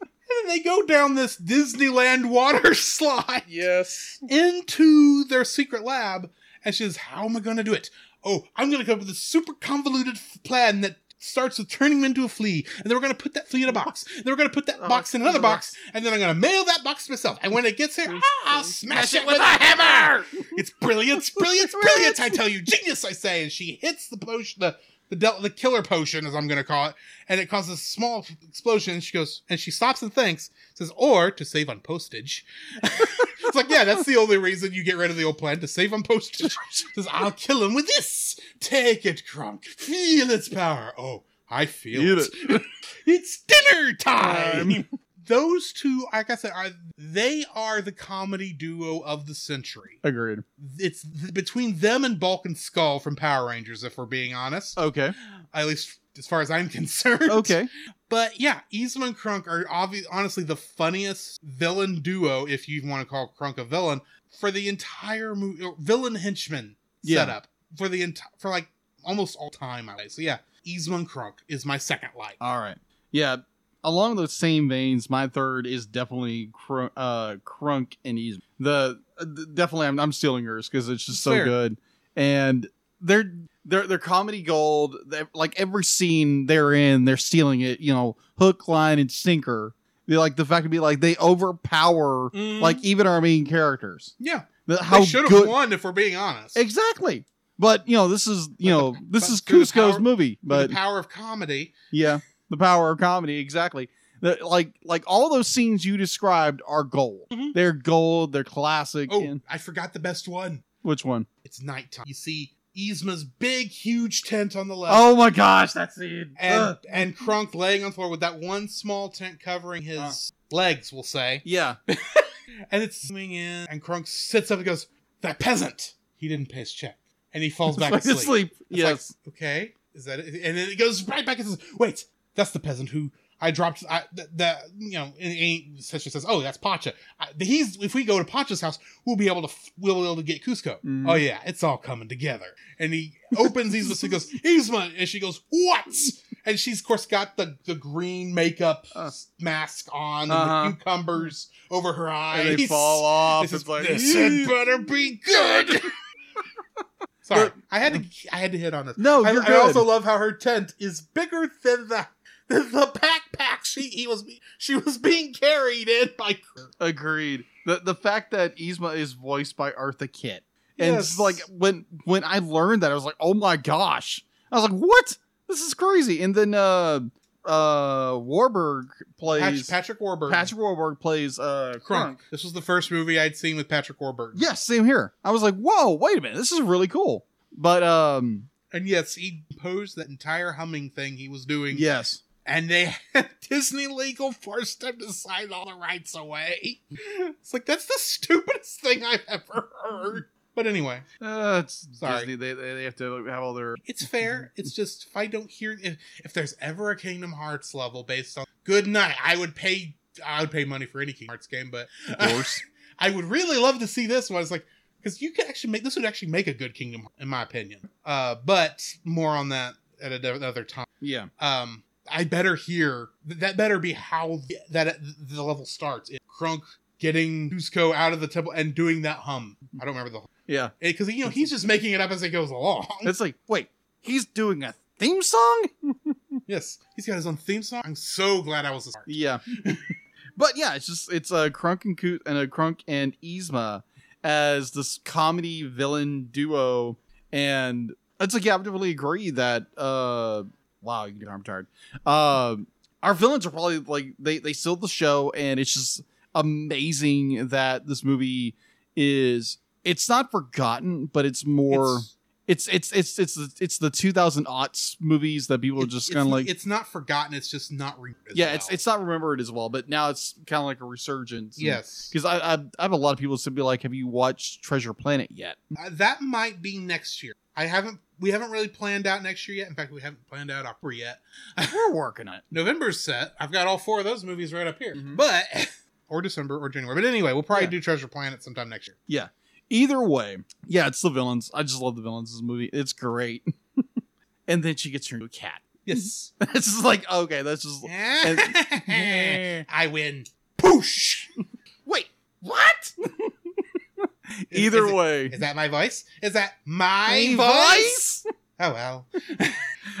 And then they go down this Disneyland water slide
yes.
into their secret lab. And she says, How am I going to do it? Oh, I'm going to come up with a super convoluted f- plan that starts with turning him into a flea. And then we're going to put that flea in a box. And then we're going to put that
Oh,
box in another box. And then I'm going to mail that box to myself. And when it gets here, I'll smash it with a hammer. It's brilliance, brilliance, brilliance, I tell you. Genius, I say. And she hits the potion, the, the, del- the killer potion, as I'm going to call it. And it causes a small explosion. And she goes, and she stops and thinks, says, or to save on postage. it's like, yeah, that's the only reason you get rid of the old plan to save on postage. says, I'll kill him with this. Take it, Kronk. Feel its power. Oh, I feel
Eat
it. It's dinner time. Those two, like I said, are they are the comedy duo of the century.
Agreed.
It's th- between them and Bulk and Skull from Power Rangers, if we're being honest.
Okay.
At least as far as I'm concerned.
Okay.
But yeah, Yzma and Krunk are obvi- honestly the funniest villain duo, if you want to call Krunk a villain, for the entire movie. Villain henchman
Yeah.
setup for the entire for like almost all time. I would say. So yeah, Yzma and Krunk is my second like.
All right. Yeah. Along those same veins, my third is definitely cr- uh, Crunk and Ease. The uh, d- definitely, I'm, I'm stealing yours because it's just so
Fair.
good, and they're they're they're comedy gold. They're, like every scene they're in, they're stealing it. You know, hook, line, and sinker. They like the fact to be like they overpower like even our main characters.
yeah,
The, Mm. how
Mm-hmm. they should have
good
won if we're being honest.
exactly. But you know, this is you know this
but
is
through the
Cusco's
power-
movie.
With
But
the power of comedy.
yeah, the power of comedy exactly. The- like like all those scenes you described are gold.
Mhm.
They're gold. They're classic.
Oh,
and-
I forgot the best one.
which one?
It's nighttime. You see Yzma's big, huge tent on the left.
Oh uh, my gosh, that scene.
and
Ugh.
and Krunk laying on the floor with that one small tent covering his
Uh.
legs, we'll say.
yeah,
And it's coming in, and Krunk sits up and goes, "That peasant, he didn't pay his check," and he falls back
Like
asleep. It's
Yes.
like, okay, is that it? And then it goes right back and says, "Wait, that's the peasant who." I dropped I, th- that you know, and and Sesha says, "Oh, that's Pacha. I, he's if we go to Pacha's house, we'll be able to f- we'll be able to get Cusco.
Mhm.
Oh yeah, it's all coming together." And he opens these and goes, "Yzma," and she goes, "What?" And she's of course got the the green makeup
Uh.
mask on
Uh-huh.
and the cucumbers over her eyes.
and they fall off.
This
It's
is-
like
this had better be good. Sorry, I had to. I had to hit on this.
no.
I,
You're
I
good.
also love how her tent is bigger than the than the backpack she he was she was being carried in by.
Agreed. The the fact that Yzma is voiced by Eartha Kitt And
Yes.
like when when I learned that, I was like, oh my gosh. I was like, what? This is crazy. And then uh uh Warburg plays
Patch- Patrick Warburg.
Patrick Warburg plays uh Krunk.
Crunk. This was the first movie I'd seen with Patrick Warburg.
Yeah, same here. I was like, whoa, wait a minute, this is really cool. But um
And yes, he posed that entire humming thing he was doing.
yes.
And they had Disney Legal forced him to sign all the rights away. It's like, that's the stupidest thing I've ever heard. But anyway,
Uh, it's
Sorry.
Disney. They, they they have to have all their
it's fair. It's just, if I don't hear, if, if there's ever a Kingdom Hearts level based on Good Night, I would pay, I would pay money for any Kingdom Hearts game, but
course.
I would really love to see this one. It's like, because you could actually make, this would actually make a good Kingdom, in my opinion. Uh, but more on that at another time.
yeah.
um i better hear th- that better be how th- that the level starts it crunk getting Cusco out of the temple and doing that hum i don't remember the
Yeah.
because you know he's just making it up as it goes along
It's like, wait, he's doing a theme song?
yes he's got his own theme song i'm so glad i was a part.
Yeah. but yeah, it's just it's a Krunk and Coot and a Krunk and Yzma as this comedy villain duo and it's like yeah, I would really agree that uh wow, you know, I'm tired. Um our villains are probably like they they sealed the show and it's just amazing that this movie is it's not forgotten, but it's more
It's-
it's it's it's it's it's, it's the 2000 aughts movies that people are
it's-
just
it's-
kind of like
it's not forgotten it's just not re- as
yeah,
well.
it's it's not remembered as well, but now it's kind of like a resurgence.
yes
because I, I I have a lot of people to be like, have you watched Treasure Planet yet?
Uh, that might be next year i haven't we haven't really planned out next year yet in fact we haven't planned out opera yet
We're working on it.
November's set. I've got all four of those movies right up here.
Mhm.
But or December or January. But anyway, we'll probably
Yeah.
do Treasure Planet sometime next year.
Either way, yeah, it's the villains. I just love the villains. in This movie, it's great. and then she gets turned into a cat.
Yes.
It's just like okay, that's just And-
I win. Poosh.
wait.
What?
Either
is it-
way,
Is that my voice? Is that my, voice?
voice.
Oh well.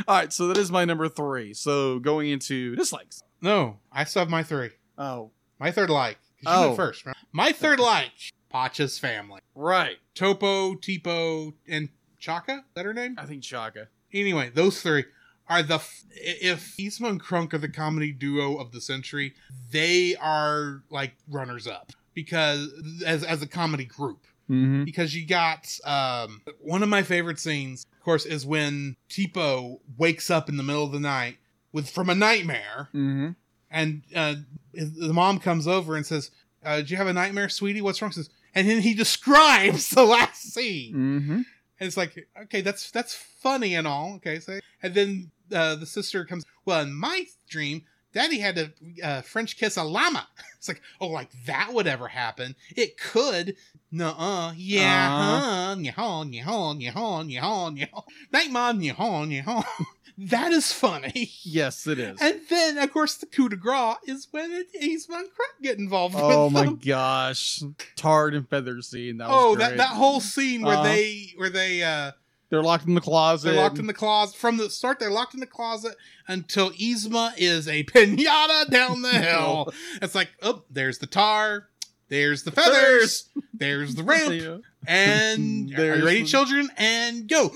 All right, so that is my number three. So going into dislikes.
No, I still have my three.
Oh,
My third like. 'Cause You
Oh.
went first. remember? My third like. Pacha's family.
right.
Topo, Tipo, and Chaka. Is that her name?
I think Chaka.
Anyway, those three are the f- if Yzma and Krunk are the comedy duo of the century, they are like runners up because as as a comedy group
Mm-hmm.
because you got um one of my favorite scenes of course is when Tipo wakes up in the middle of the night with from a nightmare
Mm-hmm.
and uh, the mom comes over and says uh, did you have a nightmare sweetie what's wrong She says and then he describes the last scene
Mm-hmm.
and it's like, okay, that's that's funny and all. Okay, so and then uh, the sister comes. Well, in my dream, Daddy had to uh, French kiss a llama. It's like, oh, like that would ever happen? It could. Nuh-uh. Yeah.
Uh-huh.
Huh. Nyah, nyah, nyah, nyah, nyah. Night, mom. Nyah, nyah. That is funny.
Yes, it is.
And then, of course, the coup de grace is when it, Ace Von Crack get involved.
Oh
with
my
them.
gosh, tarred and feather scene. That was
Oh,
great.
that, that whole scene where
Uh-huh.
they where they uh
they're locked in the closet.
They're locked in the closet from the start. They're locked in the closet until Yzma is a pinata down the hill. it's like, oh, there's the tar, there's the feathers, there's the ramp,
Yeah.
and are
There's
you ready,
the-
children? And go.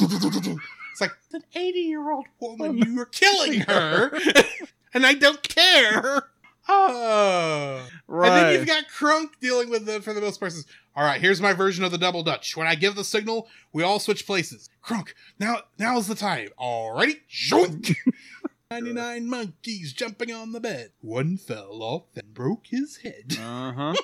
It's like it's an eighty-year-old woman. You are killing her, and I don't care. Oh.
Right.
And then you've got Krunk dealing with the, for the most part, says, all right, here's my version of the double dutch. When I give the signal, we all switch places. Krunk, now, now's the time. Alrighty, joink. 99 monkeys jumping on the bed. One fell off and broke his head.
uh-huh.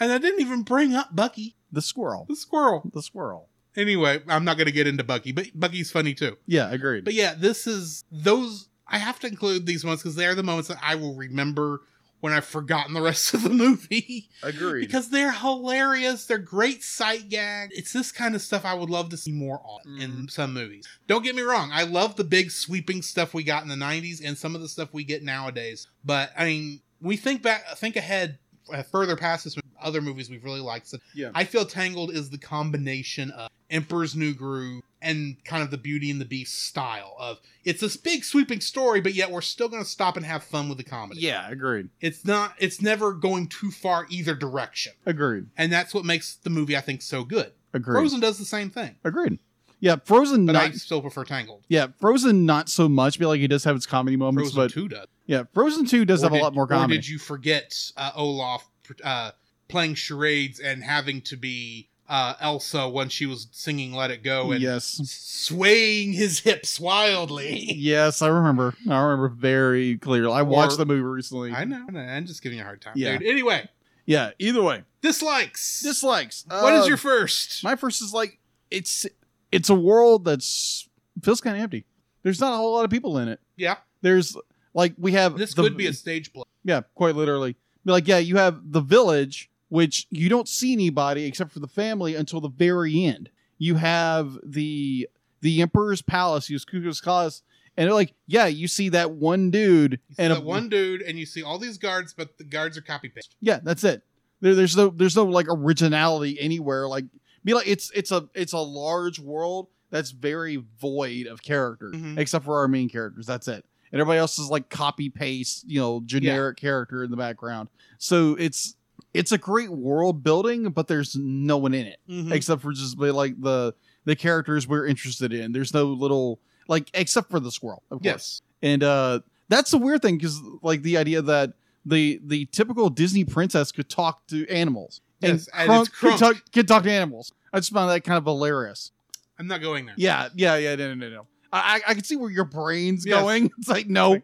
And I didn't even bring up Bucky,
The squirrel.
the squirrel.
The squirrel.
Anyway, I'm not going to get into Bucky, but Bucky's funny too.
Yeah, agreed.
But yeah, this is those. I have to include these ones because they are the moments that I will remember when I've forgotten the rest of the movie.
agreed.
because they're hilarious. They're great sight gag. It's this kind of stuff I would love to see more on
Mm-hmm.
in some movies. Don't get me wrong. I love the big sweeping stuff we got in the 90s and some of the stuff we get nowadays. But I mean, we think back, think ahead f- further past this with other movies we've really liked. So
Yeah.
I feel Tangled is the combination of Emperor's New Groove and kind of the Beauty and the Beast style of it's this big sweeping story, but yet we're still going to stop and have fun with the comedy.
yeah, agreed.
It's not. It's never going too far either direction,
Agreed.
and that's what makes the movie I think so good.
Agreed.
Frozen does the same thing,
Agreed. Yeah, Frozen
but
not
I still prefer Tangled.
yeah, Frozen not so much, but like he does have its comedy moments,
Frozen
but
Two does.
yeah, Frozen 2 does
Or
have
did-
a lot more
Or
comedy.
did you forget uh, Olaf uh, playing charades and having to be uh, Elsa when she was singing "Let It Go" and
yes.
swaying his hips wildly?
Yes, I remember. I remember very clearly. I watched the movie recently.
I know. I know, I'm just giving you a hard time,
Yeah.
dude. Anyway,
yeah, either way.
dislikes.
Dislikes.
what is
Uh,
your first?
My first is like it's it's a world that's feels kind of empty. There's not a whole lot of people in it.
yeah,
There's like we have
this
the-
could be a stage play.
yeah, quite literally. Be like yeah, you have the village, which you don't see anybody except for the family until the very end. You have the the emperor's palace, you Kuku's palace, and they're like yeah, you see that one dude
You see
and
that one dude, and you see all these guards, but the guards are copy paste.
Yeah, that's it. There, there's no there's no like originality anywhere. Like be like it's it's a it's a large world that's very void of character
Mhm.
except for our main characters. That's it. And everybody else is like copy paste, you know, generic character in the background. So it's it's a great world building, but there's no one in it
Mm-hmm.
except for just be like the the characters we're interested in. There's no little like except for the squirrel, of
Yes,
course. And uh, that's the weird thing because like the idea that the the typical Disney princess could talk to animals.
Yes, and it's
could,
Krunk.
talk, could talk to animals. I just found that kind of hilarious.
I'm not going there.
Yeah, yeah, yeah, no, no, no, no. I, I- I can see where your brain's
Yes.
going. It's like no,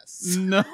Yes.
no.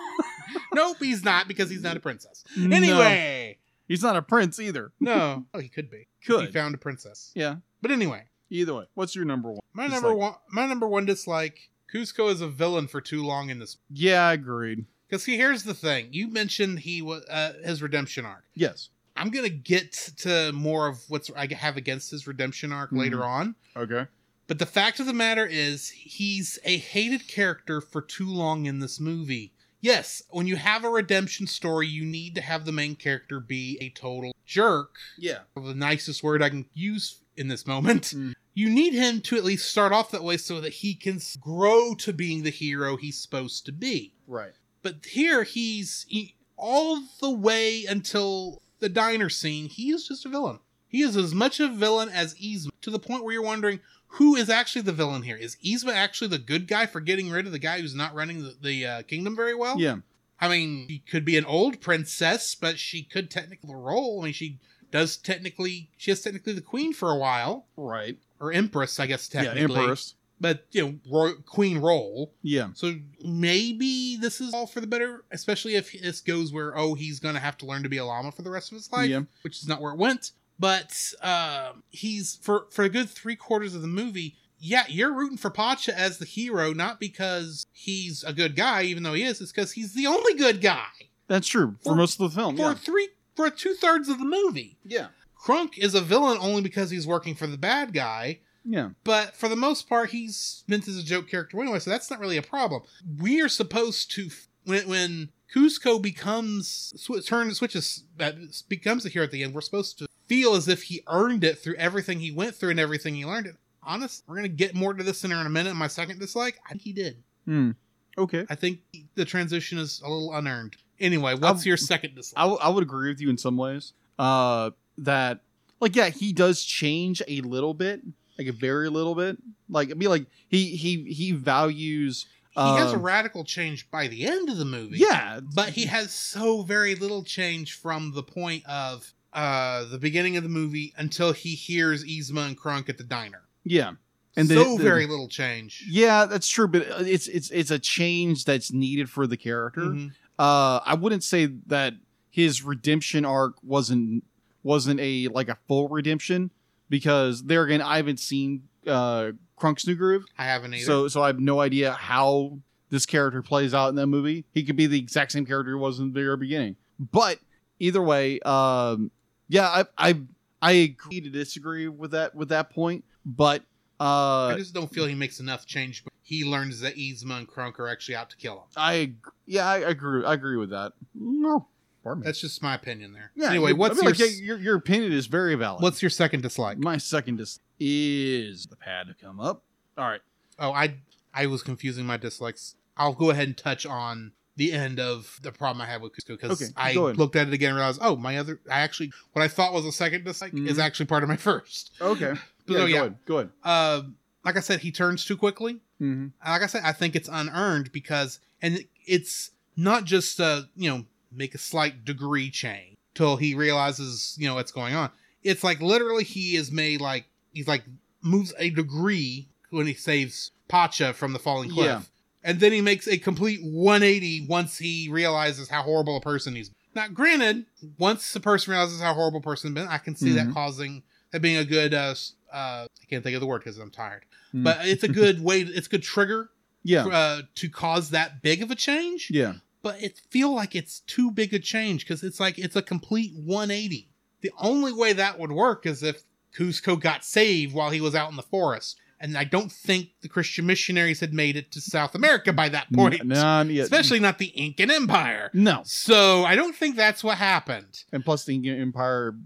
nope, he's not because he's not a princess.
no.
Anyway,
he's not a prince either.
no, oh, he could be. He
Could
found a princess.
yeah.
But anyway,
Either way, what's your number one?
my
Dislike.
number one, my number one dislike, Cusco is a villain for too long in this.
Yeah, agreed.
Because see, here's the thing: you mentioned he was uh, his redemption arc.
Yes.
I'm gonna get to more of what's I have against his redemption arc
Mhm.
later on.
Okay.
But the fact of the matter is, he's a hated character for too long in this movie. Yes, when you have a redemption story, you need to have the main character be a total jerk
Yeah.
the nicest word I can use in this moment.
Mm.
You need him to at least start off that way so that he can s- grow to being the hero he's supposed to be.
Right.
But here he's he, all the way until the diner scene, he is just a villain. He is as much a villain as Yzma to the point where you're wondering who is actually the villain here. Is Yzma actually the good guy for getting rid of the guy who's not running the, the uh, kingdom very well?
Yeah.
I mean, she could be an old princess, but she could technically the role. I mean, she does technically she is technically the queen for a while,
Right.
or empress, I guess
Yeah.
technically.
Empress.
But you know, ro- queen role.
Yeah.
So maybe this is all for the better, especially if this goes where oh he's gonna have to learn to be a llama for the rest of his life,
Yeah.
which is not where it went. But um, he's for for a good three quarters of the movie. Yeah, you're rooting for Pacha as the hero, not because he's a good guy, even though he is. It's because he's the only good guy
That's true for,
For-
most of the film.
for
Yeah.
three for two thirds of the movie.
Yeah.
Krunk is a villain only because he's working for the bad guy,
Yeah.
but for the most part, he's meant as a joke character anyway, so that's not really a problem. We are supposed to when when Cusco becomes sw- turn switches that becomes a hero at the end. We're supposed to feel as if he earned it through everything he went through and everything he learned. It honest, we're gonna get more to this in a minute. My second dislike, I think he did.
Hmm. Okay.
I think the transition is a little unearned. Anyway, what's
I'm-
your second dislike?
I, w- I would agree with you in some ways. Uh, that like yeah, he does change a little bit, like a very little bit. Like I mean, like he he he values.
He has a
um,
radical change by the end of the movie.
yeah,
But he has so very little change from the point of uh the beginning of the movie until he hears Yzma and Krunk at the diner.
yeah,
And
and
so
then- then-
very little change.
yeah, that's true. But it's it's it's a change that's needed for the character.
Mhm.
Uh, I wouldn't say that his redemption arc wasn't wasn't a like a full redemption because there again, I haven't seen uh Crunk's New Groove.
I haven't either.
So so I have no idea how this character plays out in that movie. He could be the exact same character he was in the very beginning. But either way, um, yeah, I I I agree to disagree with that with that point, but
I
uh,
just don't feel he makes enough change. But he learns that Yzma and Krunk are actually out to kill him.
I ag- yeah I agree I agree with that. No, Pardon me.
That's just my opinion there.
yeah.
anyway,
you- I
what's your
feel like, yeah, your your opinion is very valid.
what's your second dislike?
my second dis is the pad to come up. All right.
Oh, I I was confusing my dislikes. I'll go ahead and touch on the end of the problem I had with Cusco because
Okay,
I
go ahead.
looked at it again and realized, oh, my other I actually what I thought was a second dislike is
Mhm.
actually part of my first.
Okay.
But no,
go
Oh, yeah.
ahead. Go ahead.
Uh, like I said, he turns too quickly.
Mm-hmm.
like I said, I think it's unearned because, and it's not just uh you know make a slight degree change till he realizes you know what's going on. It's like literally he is made like he's like moves a degree when he saves Pacha from the falling cliff,
Yeah.
and then he makes a complete 180 once he realizes how horrible a person he's. Now, granted, once the person realizes how horrible a person has been, I can see that
Mhm.
causing that being a good uh, s- uh I can't think of the word because I'm tired,
Mm.
but it's a good way. It's a good trigger
Yeah.
uh, to cause that big of a change,
Yeah.
but it feel like it's too big a change because it's like it's a complete 180. The only way that would work is if Cusco got saved while he was out in the forest, and I don't think the Christian missionaries had made it to South America by that point,
N- nah, yeah.
especially not the Incan Empire.
no.
So I don't think that's what happened.
And plus, the Indian Empire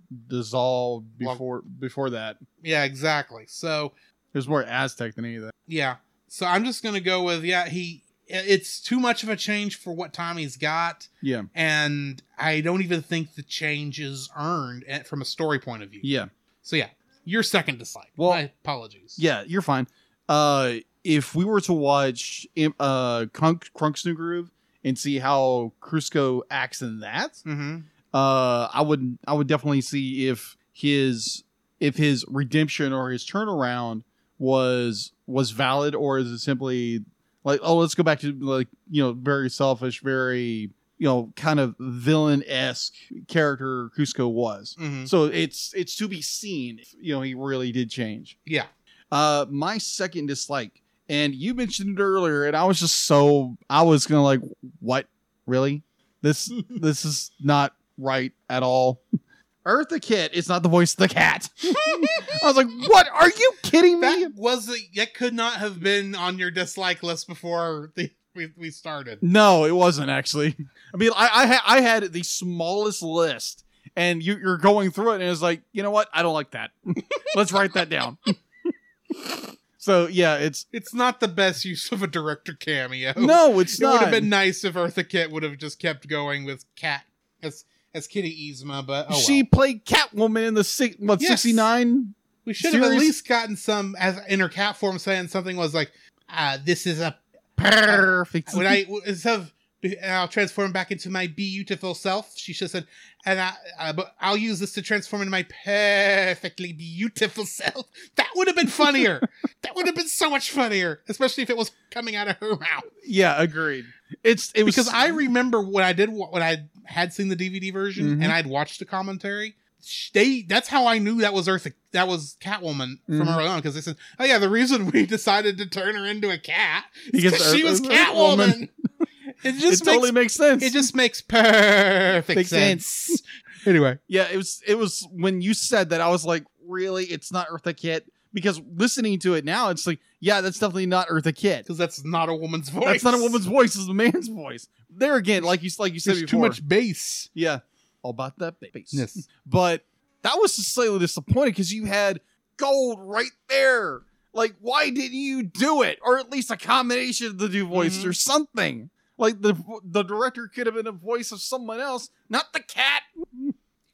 dissolved
Well-
before before that.
Yeah, exactly. So
It was more Aztec than anything.
Yeah. So I'm just gonna go with yeah. He it's too much of a change for what time he's got,
Yeah.
and I don't even think the change is earned at, from a story point of view.
Yeah.
So yeah, your second dislike.
Well-
My apologies.
Yeah. You're fine. Uh, if we were to watch um, uh Crunk Crunk Snook Groove and see how Cusco acts in that,
Mm-hmm.
uh, I would I would definitely see if his if his redemption or his turnaround was was valid or is it simply like oh let's go back to like you know very selfish very you know kind of villain esque character Cusco was.
Mm-hmm.
So it's it's to be seen if you know he really did change.
Yeah.
Uh, my second dislike, and you mentioned it earlier, and I was just so I was gonna like, what? Really? This this is not right at all. Eartha Kitt is not the voice of the cat. I was like, what? Are you kidding me?
That was a, that could not have been on your dislike list before the, we we started.
no, it wasn't actually. I mean, I I, ha- I had the smallest list, and you, you're going through it, and it's like, you know what? I don't like that. Let's write that down. so yeah, it's
It's not the best use of a director cameo.
no, it's
it would
not.
have been nice if Eartha Kitt would have just kept going with Cat as as Kitty Yzma, but oh well.
she played Catwoman in the six, what
Yes.
sixty nine?
We should have at
Serious-
least gotten some as in her cat form saying something was like, uh, "This is a
Perfect.
when I instead of and I'll transform back into my beautiful self." She should have said, "And I, uh, but I'll use this to transform into my perfectly beautiful self." That would have been funnier. that would have been so much funnier, especially if it was coming out of her mouth.
yeah, agreed. It's it was
Because I remember when I did wa- when I had seen the DVD version
Mhm.
and I'd watched the commentary. sh- They that's how I knew that was Eartha that was Catwoman from
Mhm.
early on because they said, "Oh yeah, the reason we decided to turn her into a cat is
Because
because she
Earth-
was
Earth-
Catwoman." it
it
just makes
totally makes sense.
it just makes perfect
Makes
sense.
sense.
Anyway,
yeah, it was it was when you said that I was like, really, it's not Eartha Kitt because listening to it now, it's like, yeah, that's definitely not Eartha Kitt.
because that's not a woman's voice.
That's not a woman's voice; it's a man's voice. There again, like you like you said
There's too
before,
much bass.
yeah, all about that bass. but that was just slightly disappointing because you had gold right there. Like, why didn't you do it, or at least a combination of the two voices
Mhm.
or something? Like the the director could have been a voice of someone else, not the cat.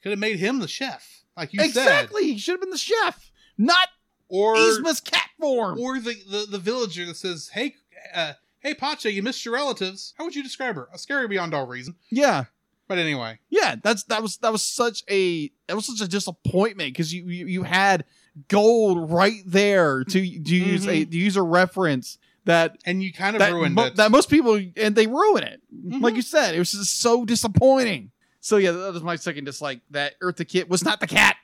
could have made him the chef, like you said,
exactly, he should have been the chef, not
or
Yzma's cat form.
or the, the the villager that says, "Hey, uh, hey, Pacha, you missed your relatives. How would you describe her? A scary beyond all reason."
yeah,
But anyway,
yeah. That's that was that was such a that was such a disappointment because you, you you had gold right there to to use a to use a reference that
and you kind of
that,
Mm-hmm. ruined
mo-
it.
that most people and they ruin it.
Mhm.
Like you said, it was just so disappointing. So yeah, that was my second dislike. That Eartha Kitt was not the cat.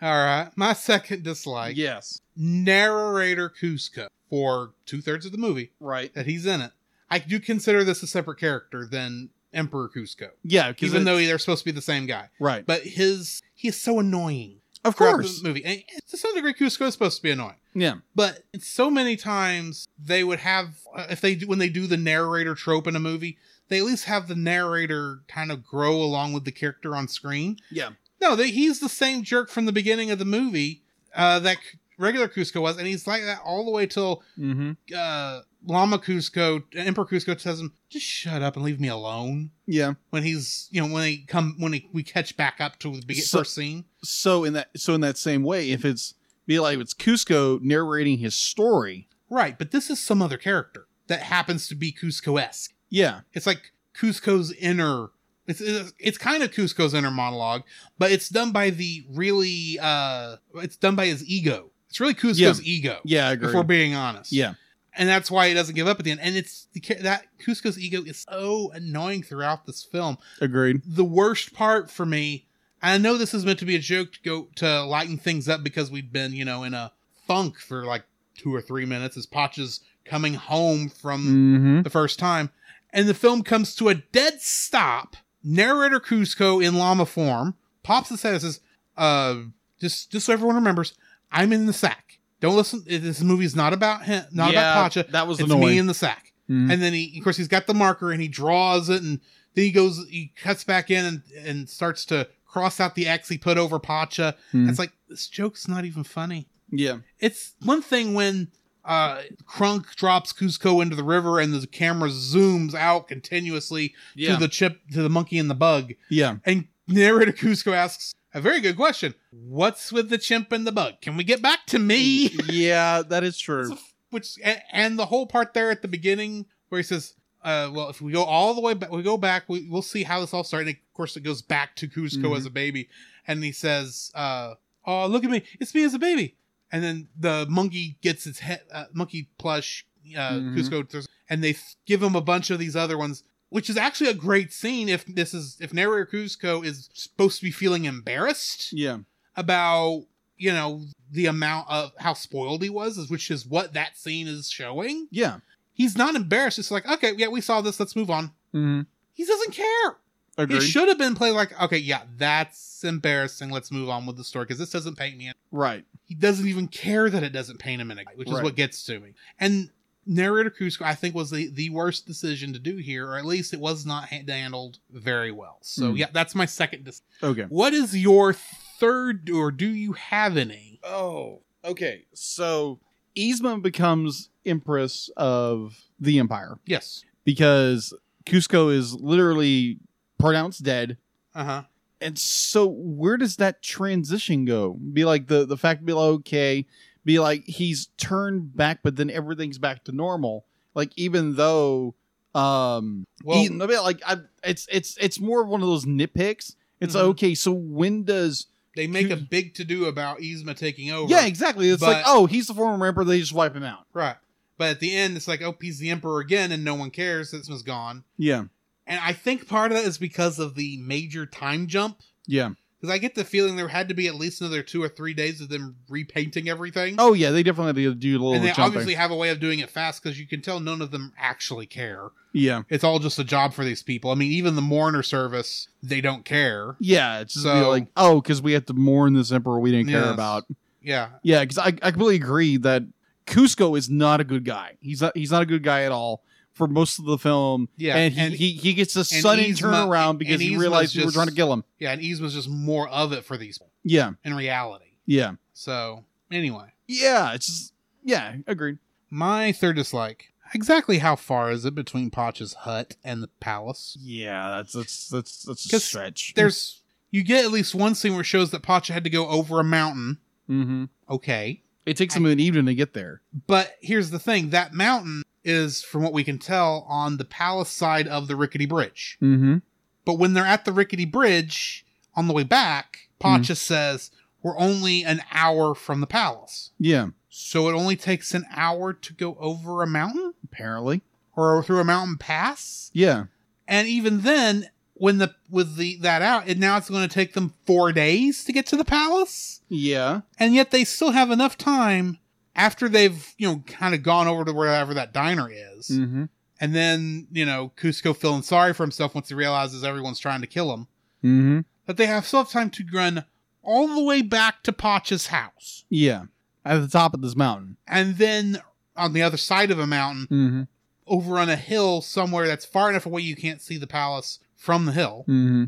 all right, my second dislike:
yes,
narrator Cusco for two thirds of the movie
right.
that he's in it. I do consider this a separate character than Emperor Cusco,
Yeah, because
even though they're supposed to be the same guy.
right,
But his he is so annoying.
of
throughout the
course,
movie, and to some degree, Cusco is supposed to be annoying.
yeah,
but uh, so many times they would have if they do, when they do the narrator trope in a movie they at least have the narrator kind of grow along with the character on screen.
Yeah.
No, they, he's the same jerk from the beginning of the movie uh, that c- regular Cusco was, and he's like that all the way till
Mm-hmm.
uh, Lama Cusco, Emperor Cusco tells him, "Just shut up and leave me alone."
Yeah.
When he's, you know, when they come, when he, we catch back up to the big,
So-
first scene,
So in that so in that same way, if it's be like it's Cusco narrating his story.
right? But this is some other character that happens to be Cusco-esque.
Yeah.
It's like Cusco's inner. It's it's, it's kind of Cusco's inner monologue, but it's done by the really. uh It's done by his ego. It's really Cusco's ego.
Yeah, I
If we're being honest,
Yeah.
and that's why he doesn't give up at the end. And it's the, ca- that Cusco's ego is so annoying throughout this film.
Agreed.
The worst part for me. I know this is meant to be a joke to go to lighten things up because we've been, you know, in a funk for like two or three minutes. Is Potch's coming home from
Mm-hmm.
the first time. And the film comes to a dead stop. Narrator Cusco in llama form pops his head and says, uh, just, just so everyone remembers, I'm in the sack. Don't listen. This movie's not about him, not about Pacha.
That was
It's me in the sack.
Mhm.
And then he, of course, he's got the marker and he draws it and then he goes, he cuts back in and, and starts to cross out the X he put over Pacha.
Mhm.
It's like, this joke's not even funny
yeah.
it's one thing when uh Krunk drops Cusco into the river and the camera zooms out continuously
Yeah.
to the chip to the monkey and the bug.
yeah.
And narrator Cusco asks a very good question. What's with the chimp and the bug? Can we get back to me?
yeah, that is true.
Which and, and the whole part there at the beginning where he says, uh, well, if we go all the way back, we go back, we, we'll see how this all started. And of course, it goes back to Cusco
Mhm.
as a baby. And he says, uh, oh, look at me. It's me as a baby. And then the monkey gets its head, uh, monkey plush, uh,
Mhm.
Cusco, throws- and they th- give him a bunch of these other ones, which is actually a great scene if this is, if narrator Cusco is supposed to be feeling embarrassed
Yeah.
about, you know, the amount of how spoiled he was, is- which is what that scene is showing
Yeah.
he's not embarrassed. It's like, okay, yeah, we saw this. Let's move on.
Mm-hmm.
He doesn't care. It
Agreed.
should have been played like, okay, yeah, that's embarrassing. Let's move on with the story because this doesn't paint me. In.
right.
He doesn't even care that it doesn't paint him in a, which is
Right.
what gets to me. And narrator Cusco, I think, was the, the worst decision to do here, or at least it was not ha- handled very well. So
Hmm.
yeah, that's my second. Dis-
Okay.
what is your third, or do you have any?
Oh. Okay. So Yzma becomes empress of the empire
Yes.
because Cusco is literally pronounced dead.
Uh huh.
And so where does that transition go? Be like the the fact be like okay, be like he's turned back but then everything's back to normal. Like even though um
Well,
Ethan, I mean, like I, it's it's it's more of one of those nitpicks. It's
Mhm.
okay. So when does?
they make a big to do about Yzma taking over.
Yeah, exactly. It's like
But-
oh, he's the former emperor. They just wipe him out.
Right. But at the end, it's like, oh, he's the emperor again, and no one cares. This one's gone.
Yeah,
And I think part of that is because of the major time jump.
yeah.
Because I get the feeling there had to be at least another two or three days of them repainting everything.
Oh yeah, they definitely had to do a little
and they
jumping.
obviously have a way of doing it fast because you can tell none of them actually care.
yeah,
It's all just a job for these people. I mean, even the mourner service, they don't care.
yeah. It's just be
So-
like oh, because we have to mourn this emperor we didn't care
Yes.
about.
Yeah.
Yeah, because I, I completely agree that Cusco is not a good guy. He's not he's not a good guy at all for most of the film.
Yeah.
and he, he he gets a sudden
Yzma-
turnaround because
and
he
Yzma's
realized we were
just-
trying to kill him.
yeah, and Yzma's just more of it for these people
Yeah,
in reality.
yeah,
So, anyway.
yeah. It's just, yeah, agreed.
My third dislike. Exactly how far is it between Potch's hut and the palace?
Yeah, that's that's that's that's a
'Cause
stretch.
There's you get at least one scene where it shows that Potch had to go over a mountain.
mm-hmm.
Okay.
It takes them an evening to get there.
But here's the thing, that mountain is, from what we can tell, on the palace side of the rickety bridge.
Mm-hmm.
But when they're at the rickety bridge on the way back, Potch just says, We're only an hour from the palace.
Yeah,
So it only takes an hour to go over a mountain?
apparently.
Or through a mountain pass?
Yeah,
and even then when the with the that out and now it's going to take them four days to get to the palace
yeah,
and yet they still have enough time after they've you know kind of gone over to wherever that diner is
mm-hmm.
and then you know cusco feeling sorry for himself once he realizes everyone's trying to kill him
Mm-hmm.
that they have still have time to run all the way back to pacha's house
yeah. At the top of this mountain.
and then on the other side of a mountain
Mm-hmm.
over on a hill somewhere that's far enough away you can't see the palace from the hill.
Mm-hmm.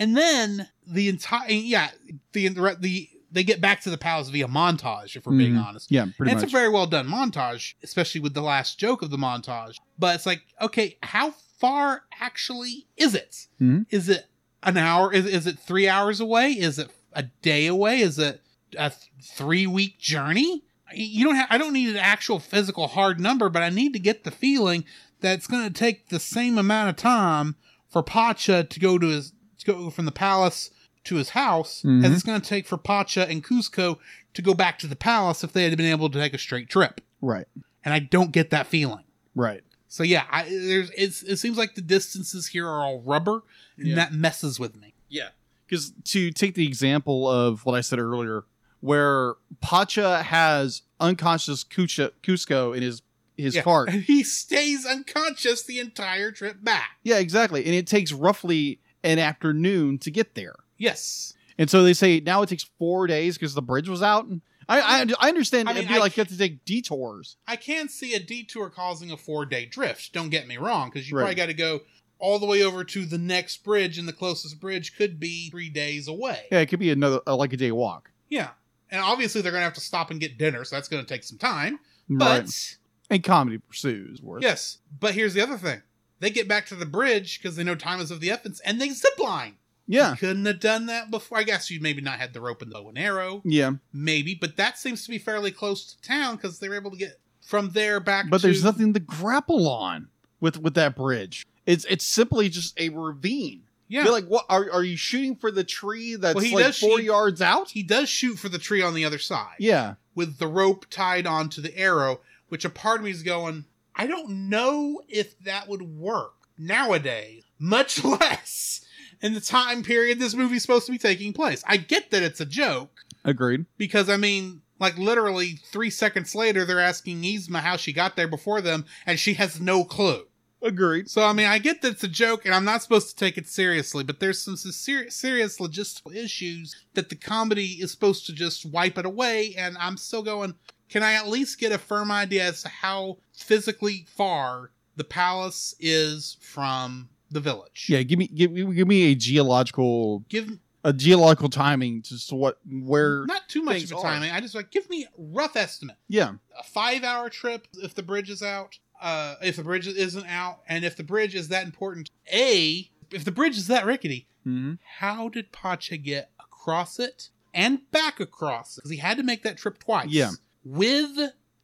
And then the entire yeah the the they get back to the palace via montage if we're being
Mhm.
honest.
Yeah, Mm-hmm. pretty
And
much.
it's a very well done montage, especially with the last joke of the montage. But it's like, okay, how far actually is it? Is
Mm-hmm.
Mhm.
it an hour? Is, is it three hours away? Is it a day away? Is it a th- three week journey? You don't. Ha- I don't need an actual physical hard number, but I need to get the feeling that it's going to take the same amount of time for Pacha to go to his to go from the palace to his house as
Mm-hmm.
Mhm.
it's going to take for Pacha and Cusco to go back to the palace if they had been able to take a straight trip.
right,
And I don't get that feeling.
right.
So yeah, I, there's it's, it seems like the distances here are all rubber, and
Yeah.
that messes with me.
Yeah. Because to take the example of what I said earlier, where Pacha has unconscious Kucha, Cusco in his his
yeah.
cart.
and he stays unconscious the entire trip back.
Yeah, exactly. And it takes roughly an afternoon to get there.
Yes,
And so they say now it takes four days because the bridge was out. I I, I understand
I
it'd
mean,
be
I
like you have to take detours.
I can see a detour causing a four day drift. Don't get me wrong, because you
Right.
probably got to go all the way over to the next bridge, and the closest bridge could be three days away.
Yeah, it could be another uh, like a day walk.
Yeah. And obviously they're going to have to stop and get dinner, so that's going to take some time. But
right. and comedy pursues worth.
yes, but here's the other thing. They get back to the bridge because they know time is of the essence and they zip line.
yeah,
Couldn't have done that before. I guess you maybe not had the rope and the bow and arrow,
yeah.
maybe, but that seems to be fairly close to town because they were able to get from there back
But
to
there's nothing to grapple on with with that bridge. It's it's simply just a ravine.
Yeah.
You're like, what are are you shooting for the tree that's
Well, he
like
does
four
shoot-
yards out?
he does shoot for the tree on the other side.
Yeah,
with the rope tied onto the arrow, which a part of me is going, I don't know if that would work nowadays, much less in the time period this movie's supposed to be taking place. I get that it's a joke,
agreed.
because I mean, like literally three seconds later, they're asking Yzma how she got there before them, and she has no clue.
Agreed.
So I mean, I get that it's a joke, and I'm not supposed to take it seriously, but there's some ser- serious logistical issues that the comedy is supposed to just wipe it away, and I'm still going. Can I at least get a firm idea as to how physically far the palace is from the village?
Yeah, give me give, me- give me a geological
Give
a geological timing just to what where
not too much
things
of a
are.
timing. I just like give me a rough estimate.
yeah
a five hour trip if the bridge is out uh if the bridge isn't out and if the bridge is that important a if the bridge is that rickety
Mhm.
how did pacha get across it and back across it because he had to make that trip twice
Yeah.
with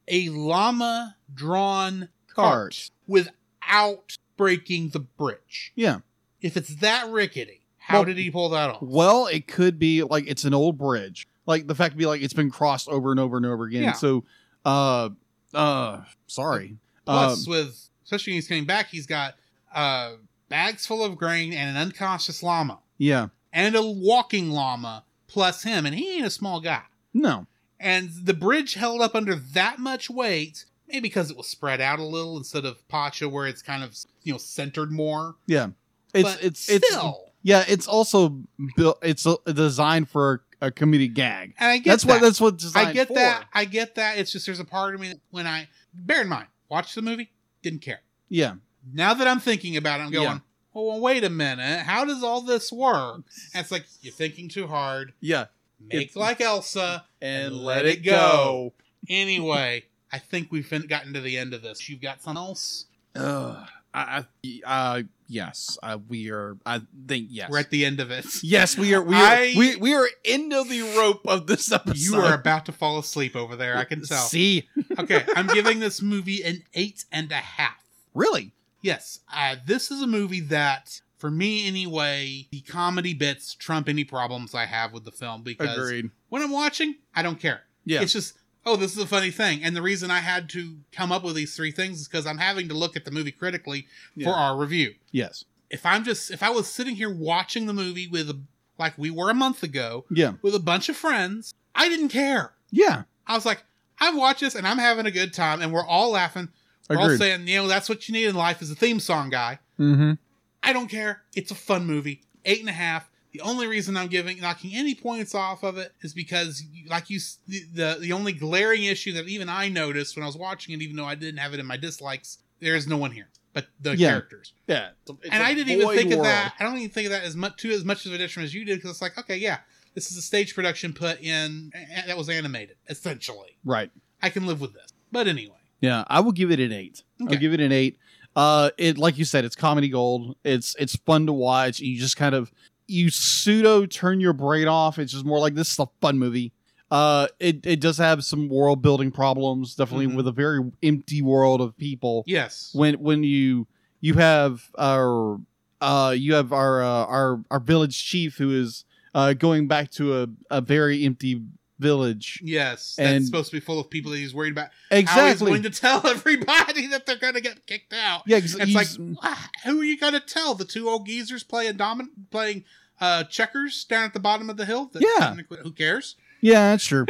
a llama drawn
cart.
without breaking the bridge
Yeah.
if it's that rickety how
Well-
did he pull that off
Well, it could be like it's an old bridge. Like the fact to be like it's been crossed over and over and over again.
Yeah.
So uh uh sorry. Um,
Plus, with especially when he's coming back, he's got uh, bags full of grain and an unconscious llama
yeah.
and a walking llama plus him, and he ain't a small guy.
No.
And the bridge held up under that much weight, maybe because it was spread out a little instead of Pacha, where it's kind of you know centered more.
Yeah. It's
but
it's it's
still,
yeah, it's also built it's uh, designed for a, a comedic gag.
and I get
That's
that.
what that's what it's designed
I get
for.
that. I get that. It's just there's a part of me that when I bear in mind, watch the movie, didn't care.
Yeah.
Now that I'm thinking about it, I'm going,
Yeah.
well, wait a minute. How does all this work? And it's like, you're thinking too hard.
Yeah.
Make
It's-
like Elsa.
And,
let it go. Anyway, I think we've fin- gotten to the end of this. You've got something else?
Ugh. I, I, uh, yes, I, we are. I think yes.
We're at the end of it.
yes, we are. We are.
I-
we, we are into the rope of this episode.
You are about to fall asleep over there. I can tell.
See,
Okay, I'm giving this movie an eight and a half.
really,
Yes, uh, this is a movie that, for me anyway, the comedy bits trump any problems I have with the film because
Agreed.
when I'm watching, I don't care.
Yeah.
It's just, oh, this is a funny thing. And the reason I had to come up with these three things is because I'm having to look at the movie critically
Yeah.
for our review.
Yes.
If I'm just, if I was sitting here watching the movie with, a, like we were a month ago,
Yeah.
with a bunch of friends, I didn't care.
Yeah.
I was like, I've watched this and I'm having a good time and we're all laughing. We're all
Agreed.
saying, you know, that's what you need in life is a theme song guy.
mm-hmm.
I don't care. It's a fun movie. Eight and a half. The only reason I'm giving knocking any points off of it is because, you- like you, s- the the only glaring issue that even I noticed when I was watching it, even though I didn't have it in my dislikes, There is no one here but the
Yeah.
characters.
Yeah,
and I didn't even think of that. I don't even think of that as much to as much of a detriment as you did because it's like, okay, yeah, this is a stage production put in a- a- that was animated essentially.
Right.
I can live with this. But anyway,
Yeah, I will give it an eight.
Okay.
I'll give it an eight. Uh, it like you said, it's comedy gold. It's it's fun to watch. You just kind of you pseudo turn your brain off. It's just more like this is a fun movie. Uh, it it does have some world building problems, definitely
Mhm.
with a very empty world of people.
yes,
When when you you have our uh you have our uh, our our village chief who is uh going back to a a very empty village.
yes, that's
And-
supposed to be full of people that he's worried about. How he's
Exactly.
going to tell everybody that they're going to get kicked out.
yeah, ex-
It's
he's-
like, ah, who are you going to tell? The two old geezers playing domin- playing uh, checkers down at the bottom of the hill. That
Yeah.
technically- who cares?
Yeah, that's true.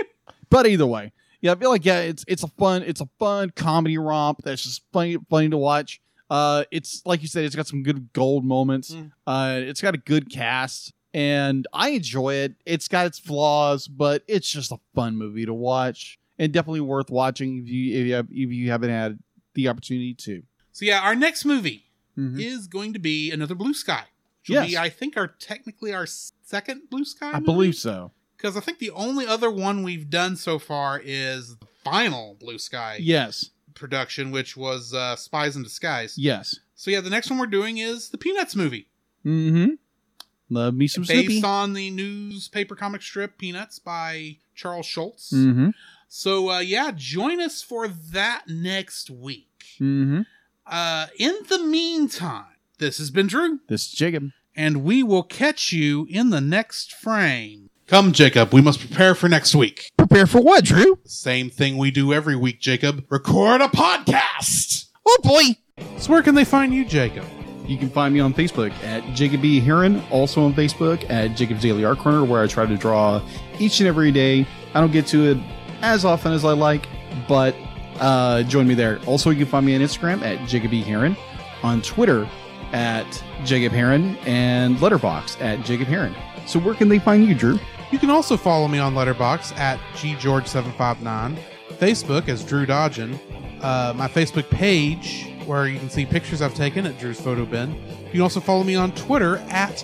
but either way, yeah, I feel like yeah, it's it's a fun it's a fun comedy romp that's just funny funny to watch. Uh, it's like you said, it's got some good gold moments.
Mm.
Uh, it's got a good cast, and I enjoy it. It's got its flaws, but it's just a fun movie to watch, and definitely worth watching if you if you, have, if you haven't had the opportunity to.
So yeah, our next movie
Mhm.
is going to be another Blue Sky. Which will
Yes.
be, I think, our technically our second Blue Sky.
I believe so.
because I think the only other one we've done so far is the final Blue Sky
Yes,
production, which was uh, Spies in Disguise.
yes.
So yeah, the next one we're doing is the Peanuts movie,
Mm-hmm. Love me some
based
Snoopy.
on the newspaper comic strip Peanuts by Charles Schultz.
mm-hmm.
So uh, yeah, join us for that next week.
Mm-hmm.
Uh, in the meantime, this has been Drew,
This is Jacob.
and we will catch you in the next frame. Come, Jacob, we must prepare for next week.
Prepare for what, Drew?
Same thing we do every week, Jacob. Record a podcast.
Oh boy.
So where can they find you, Jacob?
You can find me on Facebook at Jacob B. Heron, also on Facebook at Jacob's Daily Art Corner, where I try to draw each and every day. I don't get to it as often as I like, but uh, join me there. Also, you can find me on Instagram at Jacob B. Heron, on Twitter at Jacob Heron, and Letterbox at Jacob Heron. So, where can they find you, Drew?
You can also follow me on Letterbox at ggeorge759, Facebook as Drew Dodgen, uh, my Facebook page where you can see pictures I've taken at Drew's Photo Bin. You can also follow me on Twitter at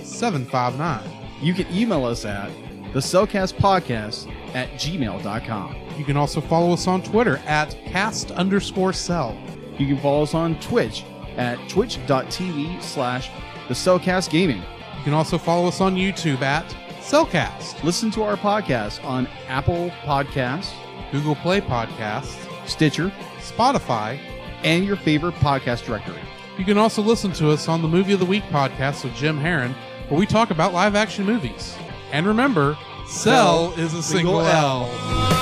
ggeorge759.
You can email us at the Cellcast Podcast at gmail.com.
You can also follow us on Twitter at cast underscore cell.
You can follow us on Twitch at twitch.tv slash the Cellcast Gaming.
You can also follow us on YouTube at Cellcast,
Listen to our podcast on Apple Podcasts,
Google Play Podcasts,
Stitcher,
Spotify,
and your favorite podcast directory.
You can also listen to us on the Movie of the Week podcast with Jim Heron, where we talk about live action movies. And remember, Cell is a single,
Single
L.
L.